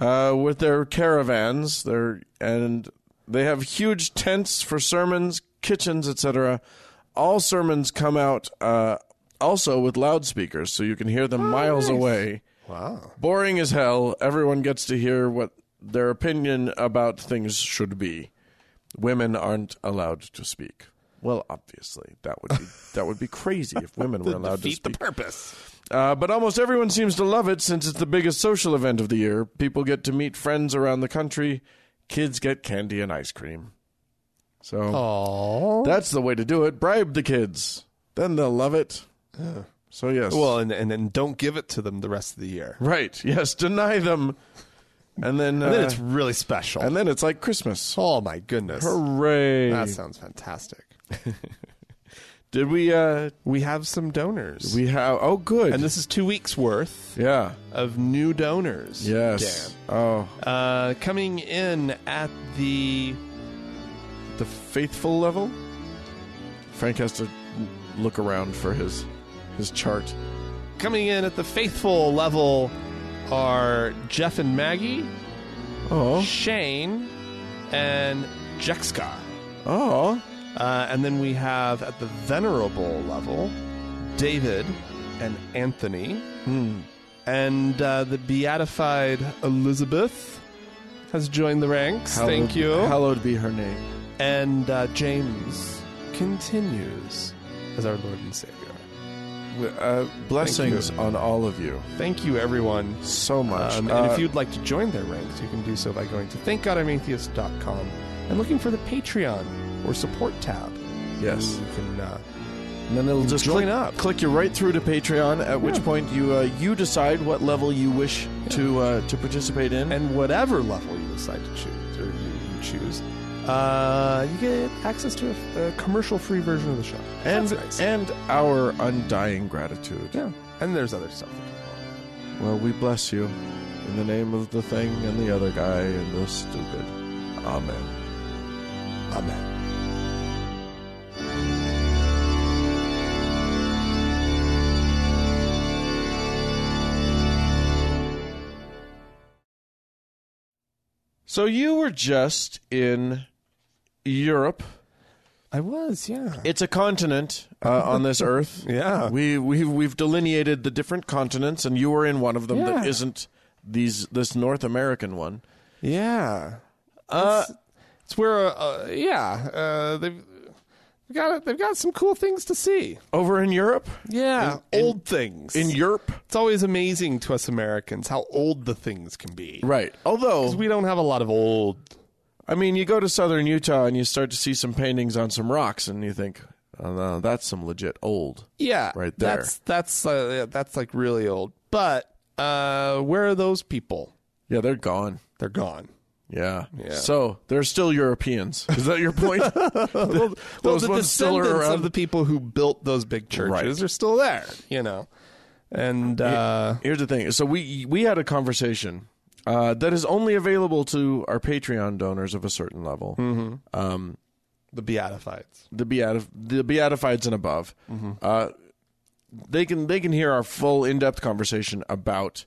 [SPEAKER 2] uh, with their caravans. Their, and they have huge tents for sermons, kitchens, etc. All sermons come out uh, also with loudspeakers, so you can hear them miles away. Wow. Boring as hell. Everyone gets to hear what their opinion about things should be women aren't allowed to speak. Well, obviously, that would be that would be crazy if women were allowed to
[SPEAKER 1] Defeat [LAUGHS] the
[SPEAKER 2] speak.
[SPEAKER 1] purpose.
[SPEAKER 2] Uh, but almost everyone seems to love it since it's the biggest social event of the year. People get to meet friends around the country. Kids get candy and ice cream. So that's the way to do it. Bribe the kids, then they'll love it. So yes,
[SPEAKER 1] Well, and, and then don't give it to them the rest of the year.
[SPEAKER 2] right, [LAUGHS] yes, deny them, and then uh,
[SPEAKER 1] And then it's really special.
[SPEAKER 2] and then it's like Christmas.
[SPEAKER 1] oh my goodness,
[SPEAKER 2] Hooray!
[SPEAKER 1] that sounds fantastic.
[SPEAKER 2] [LAUGHS] Did we? uh
[SPEAKER 1] We have some donors,
[SPEAKER 2] We have. Oh, good.
[SPEAKER 1] and this is two weeks worth
[SPEAKER 2] yeah.
[SPEAKER 1] of new donors.
[SPEAKER 2] Yes.
[SPEAKER 1] Dan.
[SPEAKER 2] Oh,
[SPEAKER 1] Uh, coming in at the
[SPEAKER 2] the faithful level. Frank has to look around for his his chart.
[SPEAKER 1] coming in at the faithful level are Jeff and Maggie,
[SPEAKER 2] Oh,
[SPEAKER 1] Shane, and Jexka.
[SPEAKER 2] oh,
[SPEAKER 1] Uh, and then we have at the venerable level David and Anthony. And uh, the beatified Elizabeth has joined the ranks. Thank you.
[SPEAKER 2] Hallowed be her name.
[SPEAKER 1] and uh, James continues as our Lord and Savior.
[SPEAKER 2] Uh, blessings on all of you.
[SPEAKER 1] Thank you, everyone.
[SPEAKER 2] So much.
[SPEAKER 1] Um, and
[SPEAKER 2] Uh,
[SPEAKER 1] if you'd like to join their ranks, you can do so by going to thankgodimatheist.com and looking for the Patreon or support tab.
[SPEAKER 2] yes,
[SPEAKER 1] You can uh,
[SPEAKER 2] and then it'll just
[SPEAKER 1] join
[SPEAKER 2] click,
[SPEAKER 1] up.
[SPEAKER 2] Click you right through to Patreon. At which point you uh, you decide what level you wish to uh, to participate in.
[SPEAKER 1] and whatever level you decide to choose or you, you choose, uh, you get access to a, a commercial-free version of the show.
[SPEAKER 2] and,
[SPEAKER 1] That's nice.
[SPEAKER 2] and our undying gratitude.
[SPEAKER 1] yeah, and there's other stuff. that can-
[SPEAKER 2] Well, we bless you in the name of the thing and the other guy and the stupid. Amen.
[SPEAKER 1] Amen.
[SPEAKER 2] So you were just in Europe.
[SPEAKER 1] I was, yeah,
[SPEAKER 2] It's a continent uh, on this earth.
[SPEAKER 1] [LAUGHS] Yeah.
[SPEAKER 2] We we we've delineated the different continents and you were in one of them
[SPEAKER 1] Yeah.
[SPEAKER 2] that isn't these this North American one.
[SPEAKER 1] yeah.
[SPEAKER 2] Uh
[SPEAKER 1] It's where, uh, uh, yeah, uh, they've they've got they've got some cool things to see.
[SPEAKER 2] over in Europe?
[SPEAKER 1] Yeah, old things
[SPEAKER 2] In Europe?
[SPEAKER 1] It's always amazing to us Americans how old the things can be.
[SPEAKER 2] Right. Although
[SPEAKER 1] 'Cause We don't have a lot of old.
[SPEAKER 2] I mean, you go to southern Utah and you start to see some paintings on some rocks, and you think, oh, no, that's some legit old.
[SPEAKER 1] Yeah,
[SPEAKER 2] Right there.
[SPEAKER 1] That's that's uh, yeah, that's like really old. But uh, where are those people?
[SPEAKER 2] Yeah, they're gone.
[SPEAKER 1] They're gone.
[SPEAKER 2] Yeah. So they're still Europeans. Is that your point? [LAUGHS] Th-
[SPEAKER 1] [LAUGHS] Well,
[SPEAKER 2] Those
[SPEAKER 1] the
[SPEAKER 2] ones still
[SPEAKER 1] descendants
[SPEAKER 2] are around.
[SPEAKER 1] of the people who built those big churches
[SPEAKER 2] Right.
[SPEAKER 1] are still there. You know, and uh,
[SPEAKER 2] Here's the thing. So we we had a conversation uh, that is only available to our Patreon donors of a certain level.
[SPEAKER 1] Mm-hmm. the Beatifieds.
[SPEAKER 2] the beatif- the beatifieds and above,
[SPEAKER 1] Mm-hmm.
[SPEAKER 2] uh, they can they can hear our full in depth conversation about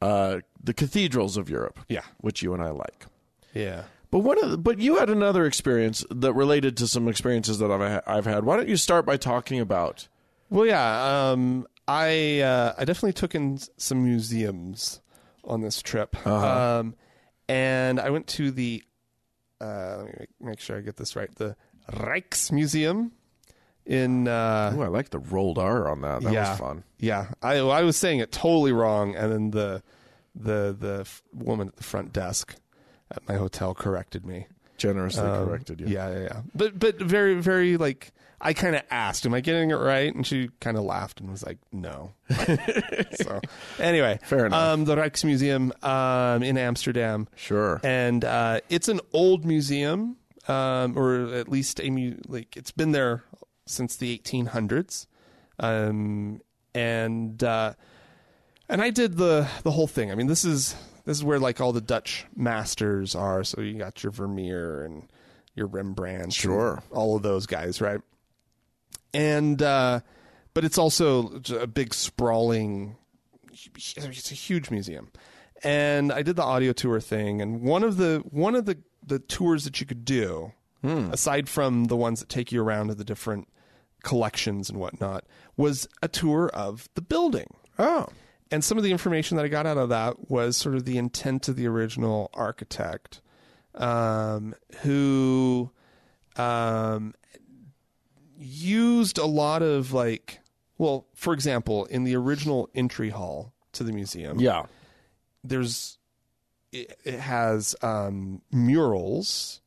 [SPEAKER 2] uh, the cathedrals of Europe.
[SPEAKER 1] Yeah.
[SPEAKER 2] which you and I like.
[SPEAKER 1] Yeah.
[SPEAKER 2] But one of the, but you had another experience that related to some experiences that I've I've had. Why don't you start by talking about?
[SPEAKER 1] Well, yeah. Um, I uh, I definitely took in s- some museums on this trip,
[SPEAKER 2] Uh-huh.
[SPEAKER 1] um, and I went to the. Uh, let me make- make sure I get this right. The Rijksmuseum in. Uh,
[SPEAKER 2] Oh, I like the rolled R on that. That
[SPEAKER 1] yeah,
[SPEAKER 2] was fun.
[SPEAKER 1] Yeah, I I was saying it totally wrong, and then the the the f- woman at the front desk at my hotel corrected me.
[SPEAKER 2] Generously corrected you.
[SPEAKER 1] Um, Yeah, yeah, yeah. But but very very like I kind of asked, "Am I getting it right?" And she kind of laughed and was like, "No." [LAUGHS] so anyway,
[SPEAKER 2] Fair enough.
[SPEAKER 1] Um, the Rijksmuseum um, in Amsterdam,
[SPEAKER 2] Sure.
[SPEAKER 1] and uh, it's an old museum, um, or at least a mu- like it's been there since the 1800s, um, and uh, and I did the the whole thing. I mean, this is this is where like all the Dutch masters are. So you got your Vermeer and your Rembrandt, and
[SPEAKER 2] Sure.
[SPEAKER 1] all of those guys, right? And uh, but it's also j- a big sprawling. It's a huge museum, and I did the audio tour thing. And one of the one of the the tours that you could do, aside from the ones that take you around to the different collections and whatnot, was a tour of the building.
[SPEAKER 2] Oh,
[SPEAKER 1] And some of the information that I got out of that was sort of the intent of the original architect, um, who um, used a lot of like, well, for example, in the original entry hall to the museum,
[SPEAKER 2] yeah.
[SPEAKER 1] there's it, it has um, murals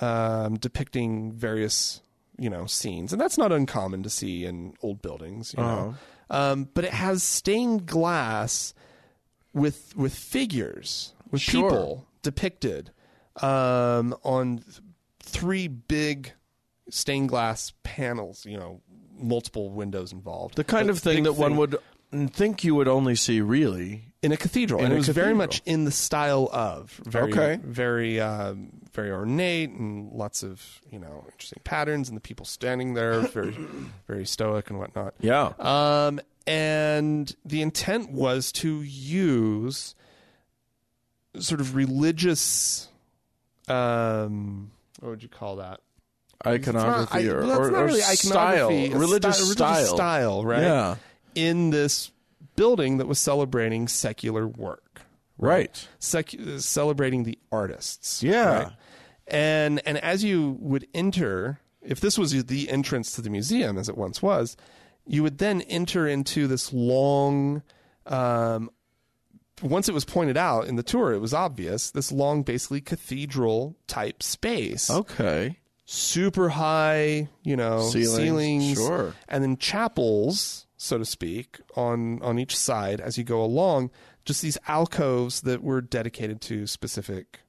[SPEAKER 1] um, depicting various you know scenes, and that's not uncommon to see in old buildings. You know,
[SPEAKER 2] Uh-huh.
[SPEAKER 1] um, but it has stained glass with with figures with
[SPEAKER 2] Sure.
[SPEAKER 1] people depicted um, on th- three big stained glass panels. You know, multiple windows involved.
[SPEAKER 2] The kind
[SPEAKER 1] But
[SPEAKER 2] of thing
[SPEAKER 1] big
[SPEAKER 2] that one would think you would only see really
[SPEAKER 1] in a cathedral, and
[SPEAKER 2] a
[SPEAKER 1] it was very
[SPEAKER 2] cathedral.
[SPEAKER 1] much in the style of very,
[SPEAKER 2] Okay.
[SPEAKER 1] very, um, very ornate and lots of you know interesting patterns, and the people standing
[SPEAKER 2] [COUGHS]
[SPEAKER 1] there very, very stoic and whatnot.
[SPEAKER 2] Yeah.
[SPEAKER 1] Um, and the intent was to use sort of religious, um, what would you call that?
[SPEAKER 2] iconography
[SPEAKER 1] It's not-
[SPEAKER 2] or,
[SPEAKER 1] I- well,
[SPEAKER 2] or,
[SPEAKER 1] that's not
[SPEAKER 2] or
[SPEAKER 1] really
[SPEAKER 2] style,
[SPEAKER 1] iconography. It's
[SPEAKER 2] religious
[SPEAKER 1] sti-
[SPEAKER 2] style.
[SPEAKER 1] religious style, right?
[SPEAKER 2] Yeah.
[SPEAKER 1] In this building that was celebrating secular work,
[SPEAKER 2] Right.
[SPEAKER 1] sec- celebrating the artists.
[SPEAKER 2] Yeah.
[SPEAKER 1] And and as you would enter, if this was the entrance to the museum as it once was, you would then enter into this long. Um, once it was pointed out in the tour, it was obvious this long, basically cathedral type space
[SPEAKER 2] Okay.
[SPEAKER 1] super high, you know,
[SPEAKER 2] Ceilings,
[SPEAKER 1] ceilings,
[SPEAKER 2] sure.
[SPEAKER 1] and then chapels, so to speak, on on each side as you go along. Just these alcoves that were dedicated to specific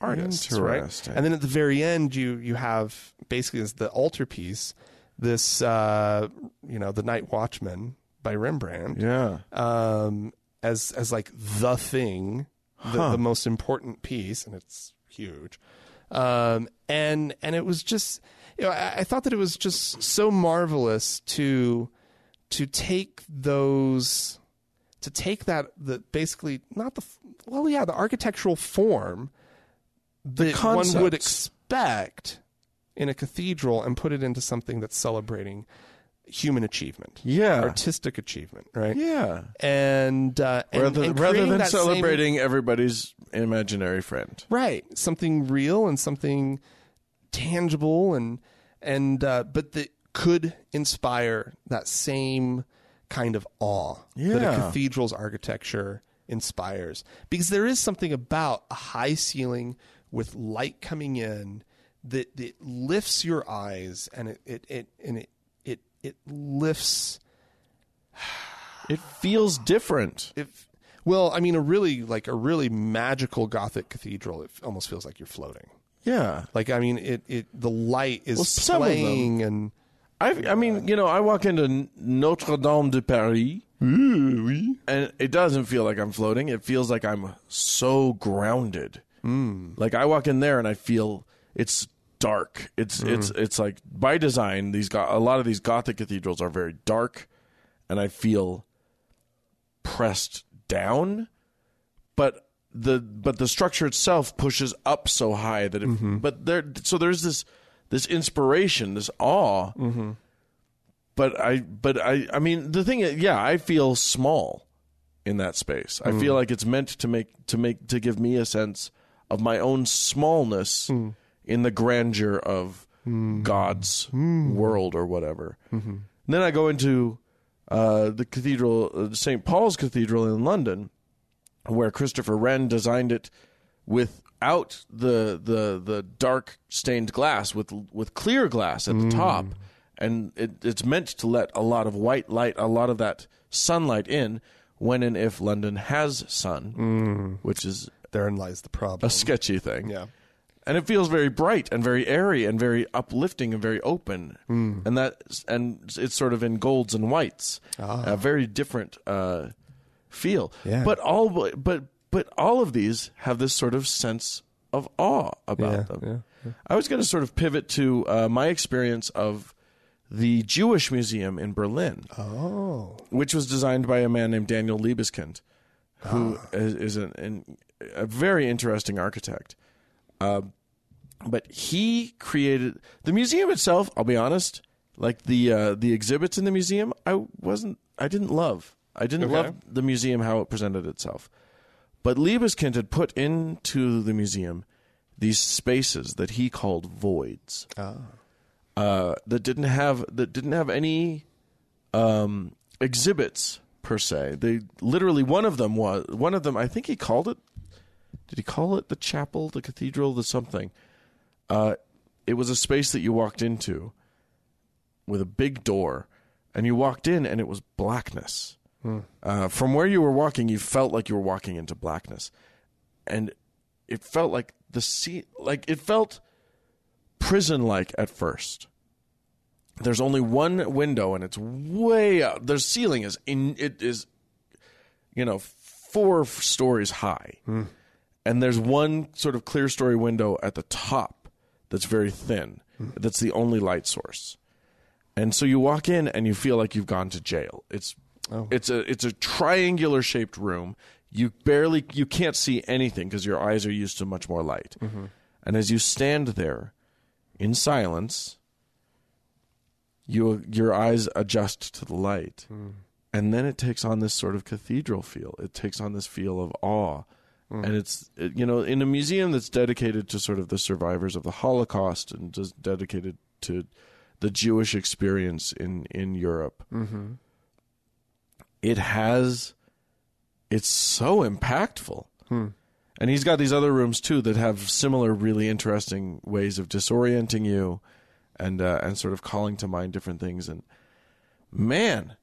[SPEAKER 1] artists, right?
[SPEAKER 2] Interesting.
[SPEAKER 1] And then at the very end, you you have basically as the altarpiece, this uh, you know, the Night Watchman by Rembrandt
[SPEAKER 2] Yeah.
[SPEAKER 1] um, as as like the thing, the, the most important piece, and it's huge. Um, and and it was just, you know, I, I thought that it was just so marvelous to to take those to take that the basically not the f- well yeah the architectural form that one would
[SPEAKER 2] concepts.
[SPEAKER 1] expect in a cathedral and put it into something that's celebrating human achievement
[SPEAKER 2] Yeah.
[SPEAKER 1] artistic achievement right
[SPEAKER 2] yeah.
[SPEAKER 1] and uh, and-
[SPEAKER 2] Rather,
[SPEAKER 1] and
[SPEAKER 2] rather
[SPEAKER 1] creating
[SPEAKER 2] than
[SPEAKER 1] that same-
[SPEAKER 2] celebrating everybody's imaginary friend.
[SPEAKER 1] right something real and something tangible and and uh, but that could inspire that same kind of awe that
[SPEAKER 2] Yeah.
[SPEAKER 1] a cathedral's architecture inspires because there is something about a high ceiling with light coming in that, that lifts your eyes and it, it, it and it it it lifts
[SPEAKER 2] It feels different.
[SPEAKER 1] if well i mean a really like a really magical gothic cathedral it f- almost feels like you're floating
[SPEAKER 2] Yeah.
[SPEAKER 1] like i mean it it the light is
[SPEAKER 2] some of them.
[SPEAKER 1] playing and
[SPEAKER 2] I I mean, you know, I walk into Notre Dame de Paris and it doesn't feel like I'm floating. It feels like I'm so grounded. Like I walk in there and I feel it's dark. It's it's it's like by design these go- a lot of these Gothic cathedrals are very dark, and I feel pressed down. but the but the structure itself pushes up so high that it, but there so there's this this inspiration this awe but i but i i mean the thing is, yeah i feel small in that space i feel like it's meant to make to make to give me a sense of my own smallness in the grandeur of god's world or whatever and then i go into uh, the cathedral uh, st paul's cathedral in london where Christopher Wren designed it without the the the dark stained glass with with clear glass at the top and it, it's meant to let a lot of white light a lot of that sunlight in when and if London has sun which is
[SPEAKER 1] Therein lies the problem.
[SPEAKER 2] a sketchy thing
[SPEAKER 1] Yeah.
[SPEAKER 2] and it feels very bright and very airy and very uplifting and very open
[SPEAKER 1] Hmm.
[SPEAKER 2] and that and it's sort of in golds and whites a very different uh, feel
[SPEAKER 1] Ah. Yeah.
[SPEAKER 2] but all but but all of these have this sort of sense of awe about
[SPEAKER 1] Yeah,
[SPEAKER 2] them
[SPEAKER 1] yeah,
[SPEAKER 2] i was going to sort of pivot to uh, my experience of the jewish museum in berlin
[SPEAKER 1] Oh.
[SPEAKER 2] which was designed by a man named Daniel Liebeskind,
[SPEAKER 1] Ah.
[SPEAKER 2] who is is an, an, a very interesting architect. Uh, but he created the museum itself. I'll be honest, like the uh, the exhibits in the museum, I wasn't, I didn't love. I didn't love the museum how it presented itself. But Liebeskind had put into the museum these spaces that he called voids uh, that didn't have that didn't have any um, exhibits per se. They literally one of them was one of them. I think he called it. Did he call it the chapel, the cathedral, the something? Uh, it was a space that you walked into with a big door, and you walked in, and it was blackness. Uh, from where you were walking, you felt like you were walking into blackness, and it felt like the sea, like it felt prison-like at first there's only one window and it's way up their ceiling is in it is you know four f- stories high and there's one sort of clear story window at the top that's very thin that's the only light source and so you walk in and you feel like you've gone to jail it's it's a it's a triangular shaped room you barely you can't see anything because your eyes are used to much more light and as you stand there in silence you your eyes adjust to the light and then it takes on this sort of cathedral feel it takes on this feel of awe and it's it, you know in a museum that's dedicated to sort of the survivors of the holocaust and just dedicated to the jewish experience in in europe it has it's so impactful
[SPEAKER 1] Hmm.
[SPEAKER 2] and he's got these other rooms too that have similar really interesting ways of disorienting you and uh, and sort of calling to mind different things and man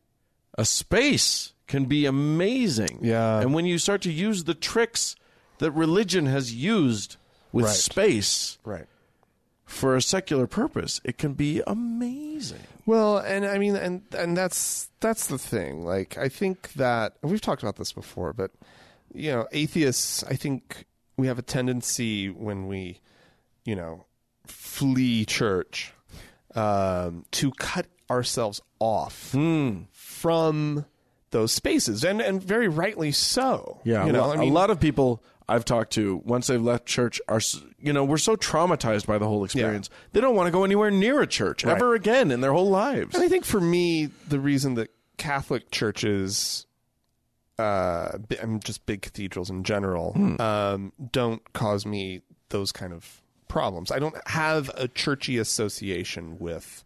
[SPEAKER 2] a space can be amazing
[SPEAKER 1] Yeah.
[SPEAKER 2] and when you start to use the tricks that religion has used with
[SPEAKER 1] Right.
[SPEAKER 2] space
[SPEAKER 1] Right.
[SPEAKER 2] for a secular purpose it can be amazing
[SPEAKER 1] Well, and I mean, and and that's that's the thing. Like, I think that and we've talked about this before, but you know, atheists. I think we have a tendency when we, you know, flee church, um, to cut ourselves off
[SPEAKER 2] Hmm.
[SPEAKER 1] from those spaces, and and very rightly so.
[SPEAKER 2] Yeah,
[SPEAKER 1] you know,
[SPEAKER 2] well,
[SPEAKER 1] I mean,
[SPEAKER 2] a lot of people I've talked to once they've left church are s- you know we're so traumatized by the whole experience they don't want to go anywhere near a church ever again in their whole lives.
[SPEAKER 1] And I think for me, the reason that Catholic churches, uh, bi- and just big cathedrals in general,
[SPEAKER 2] Hmm.
[SPEAKER 1] um, don't cause me those kind of problems. I don't have a churchy association with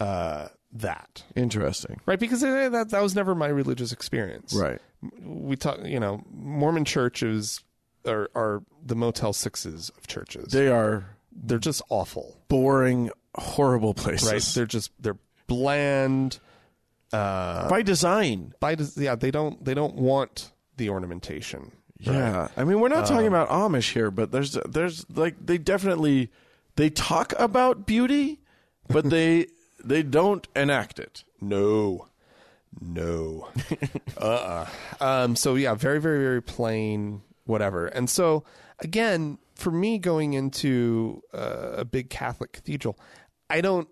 [SPEAKER 1] uh, that,
[SPEAKER 2] Interesting,
[SPEAKER 1] right? Because eh, that that was never my religious experience,
[SPEAKER 2] right?
[SPEAKER 1] We talk, you know, Mormon churches are are the Motel Sixes of churches.
[SPEAKER 2] They are
[SPEAKER 1] They're just awful
[SPEAKER 2] boring, horrible places
[SPEAKER 1] right? They're just they're bland. Uh,
[SPEAKER 2] [LAUGHS] by design.
[SPEAKER 1] by des- yeah, they don't they don't want the ornamentation.
[SPEAKER 2] Yeah, I mean
[SPEAKER 1] Uh.
[SPEAKER 2] we're not talking about Amish here, but there's there's like they definitely they talk about beauty, but they they don't enact it.
[SPEAKER 1] No, no. uh. uh Um. So yeah, very very very plain whatever. And so again, for me going into uh, a big Catholic cathedral, I don't,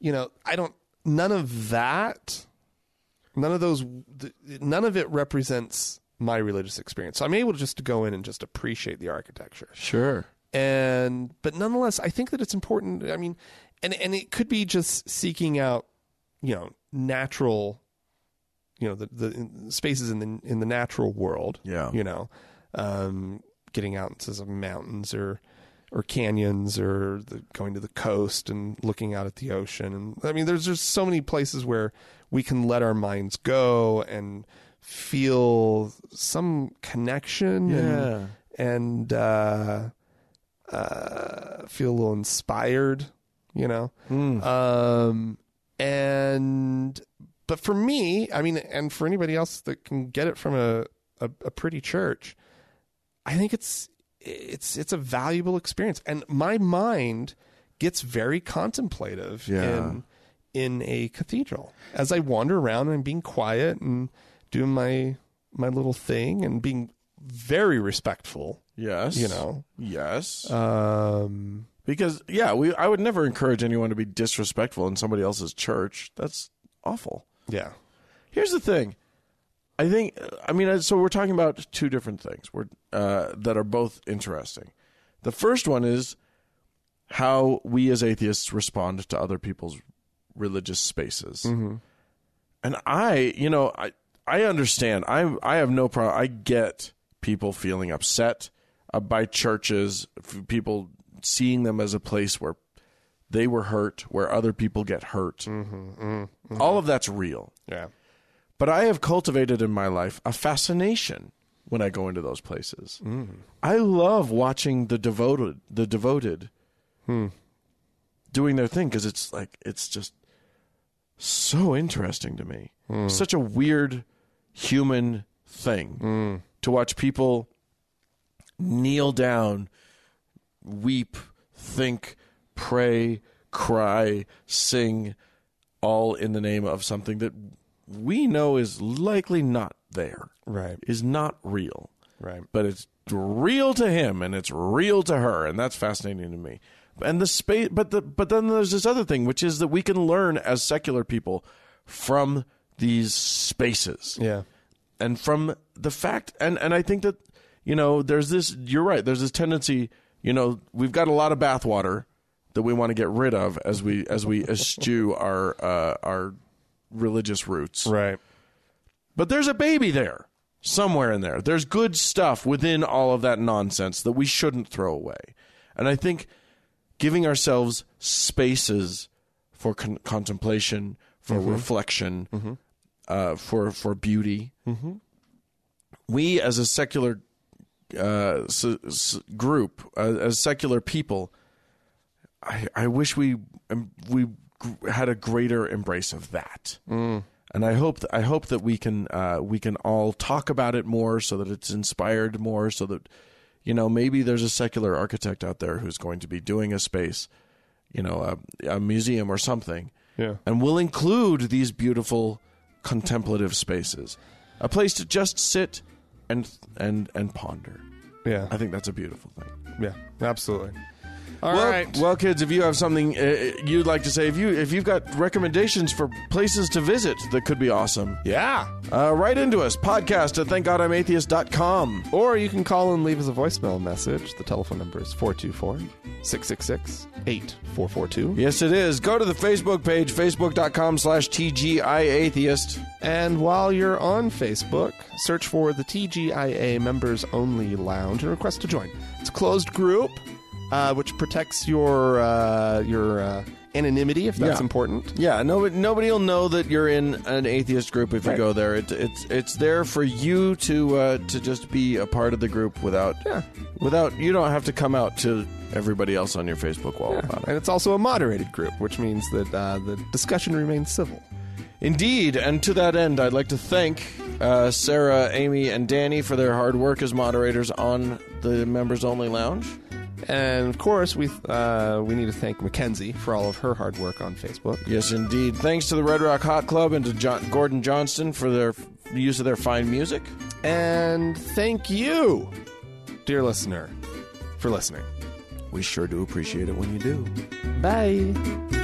[SPEAKER 1] you know, I don't. None of that. None of those. th- None of it represents my religious experience. So I'm able to just to go in and just appreciate the architecture.
[SPEAKER 2] Sure.
[SPEAKER 1] And but nonetheless, I think that it's important. I mean, and and it could be just seeking out, you know, natural, you know, the the spaces in the in the natural world.
[SPEAKER 2] Yeah.
[SPEAKER 1] You know, um, getting out into some mountains or or canyons or the, going to the coast and looking out at the ocean. And I mean, there's just so many places where we can let our minds go and feel some connection
[SPEAKER 2] Yeah.
[SPEAKER 1] and, and uh, uh, feel a little inspired, you know? Um, and, but for me, I mean, and for anybody else that can get it from a, a, a pretty church, I think it's it's it's a valuable experience, and my mind gets very contemplative
[SPEAKER 2] Yeah.
[SPEAKER 1] in in a cathedral as I wander around and I'm being quiet and doing my my little thing and being very respectful.
[SPEAKER 2] Yes.
[SPEAKER 1] You know,
[SPEAKER 2] Yes.
[SPEAKER 1] um,
[SPEAKER 2] because yeah, we I would never encourage anyone to be disrespectful in somebody else's church. That's awful.
[SPEAKER 1] yeah,
[SPEAKER 2] Here's the thing. I think I mean so we're talking about two different things. We're uh, that are both interesting. The first one is how we as atheists respond to other people's religious spaces. And I, you know, I I understand. I I have no problem. I get people feeling upset uh, by churches, f- people seeing them as a place where they were hurt, where other people get hurt. All of that's real.
[SPEAKER 1] yeah,
[SPEAKER 2] But I have cultivated in my life a fascination when I go into those places. I love watching the devoted, the devoted, doing their thing because it's like it's just so interesting to me. Such a weird human thing to watch people kneel down, weep, think, pray, cry, sing, all in the name of something that we know is likely not there,
[SPEAKER 1] right,
[SPEAKER 2] is not real.
[SPEAKER 1] right,
[SPEAKER 2] But it's real to him and it's real to her, and that's fascinating to me. And the space, but the but then there's this other thing, which is that we can learn as secular people from these spaces
[SPEAKER 1] yeah,
[SPEAKER 2] and from the fact and and I think that you know there's this you're right there's this tendency you know we've got a lot of bathwater that we want to get rid of as we as we eschew our uh, our religious roots
[SPEAKER 1] right,
[SPEAKER 2] but there's a baby there somewhere in there there's good stuff within all of that nonsense that we shouldn't throw away and I think giving ourselves spaces for con- contemplation for reflection uh, for for beauty we as a secular uh, s- s- group, uh, as secular people, I, I wish we um, we gr- had a greater embrace of that. And I hope th- I hope that we can uh, we can all talk about it more, so that it's inspired more, so that you know maybe there's a secular architect out there who's going to be doing a space, you know, a, a museum or something,
[SPEAKER 1] yeah,
[SPEAKER 2] and we'll include these beautiful contemplative spaces, a place to just sit and and and ponder.
[SPEAKER 1] yeah,
[SPEAKER 2] I think that's a beautiful thing.
[SPEAKER 1] yeah, absolutely. All right.
[SPEAKER 2] well, well, kids, if you have something uh, you'd like to say, if you if you've got recommendations for places to visit that could be awesome,
[SPEAKER 1] yeah.
[SPEAKER 2] uh, write into us podcast at thankgodimatheist.com.
[SPEAKER 1] Or you can call and leave us a voicemail message. The telephone number is 424 666 8442.
[SPEAKER 2] Yes, it is. Go to the Facebook page, facebook.com slash tgiatheist.
[SPEAKER 1] And while you're on Facebook, search for the TGIA Members Only Lounge and request to join. It's a closed group, uh, which protects your uh, your uh, anonymity if that's
[SPEAKER 2] Yeah.
[SPEAKER 1] important.
[SPEAKER 2] Yeah, nobody nobody will know that you're in an atheist group if you
[SPEAKER 1] Right.
[SPEAKER 2] go there. It, it's it's there for you to uh, to just be a part of the group without
[SPEAKER 1] Yeah.
[SPEAKER 2] without you don't have to come out to everybody else on your Facebook wall about it.
[SPEAKER 1] And it's also a moderated group, which means that uh, the discussion remains civil.
[SPEAKER 2] Indeed, and to that end, I'd like to thank uh, Sarah, Amy, and Danny for their hard work as moderators on the members only lounge.
[SPEAKER 1] And of course, we uh, we need to thank Mackenzie for all of her hard work on Facebook.
[SPEAKER 2] Yes, indeed. Thanks to the Red Rock Hot Club and to John- Gordon Johnston for their f- use of their fine music.
[SPEAKER 1] And thank you, dear listener, for listening.
[SPEAKER 2] We sure do appreciate it when you do.
[SPEAKER 1] Bye.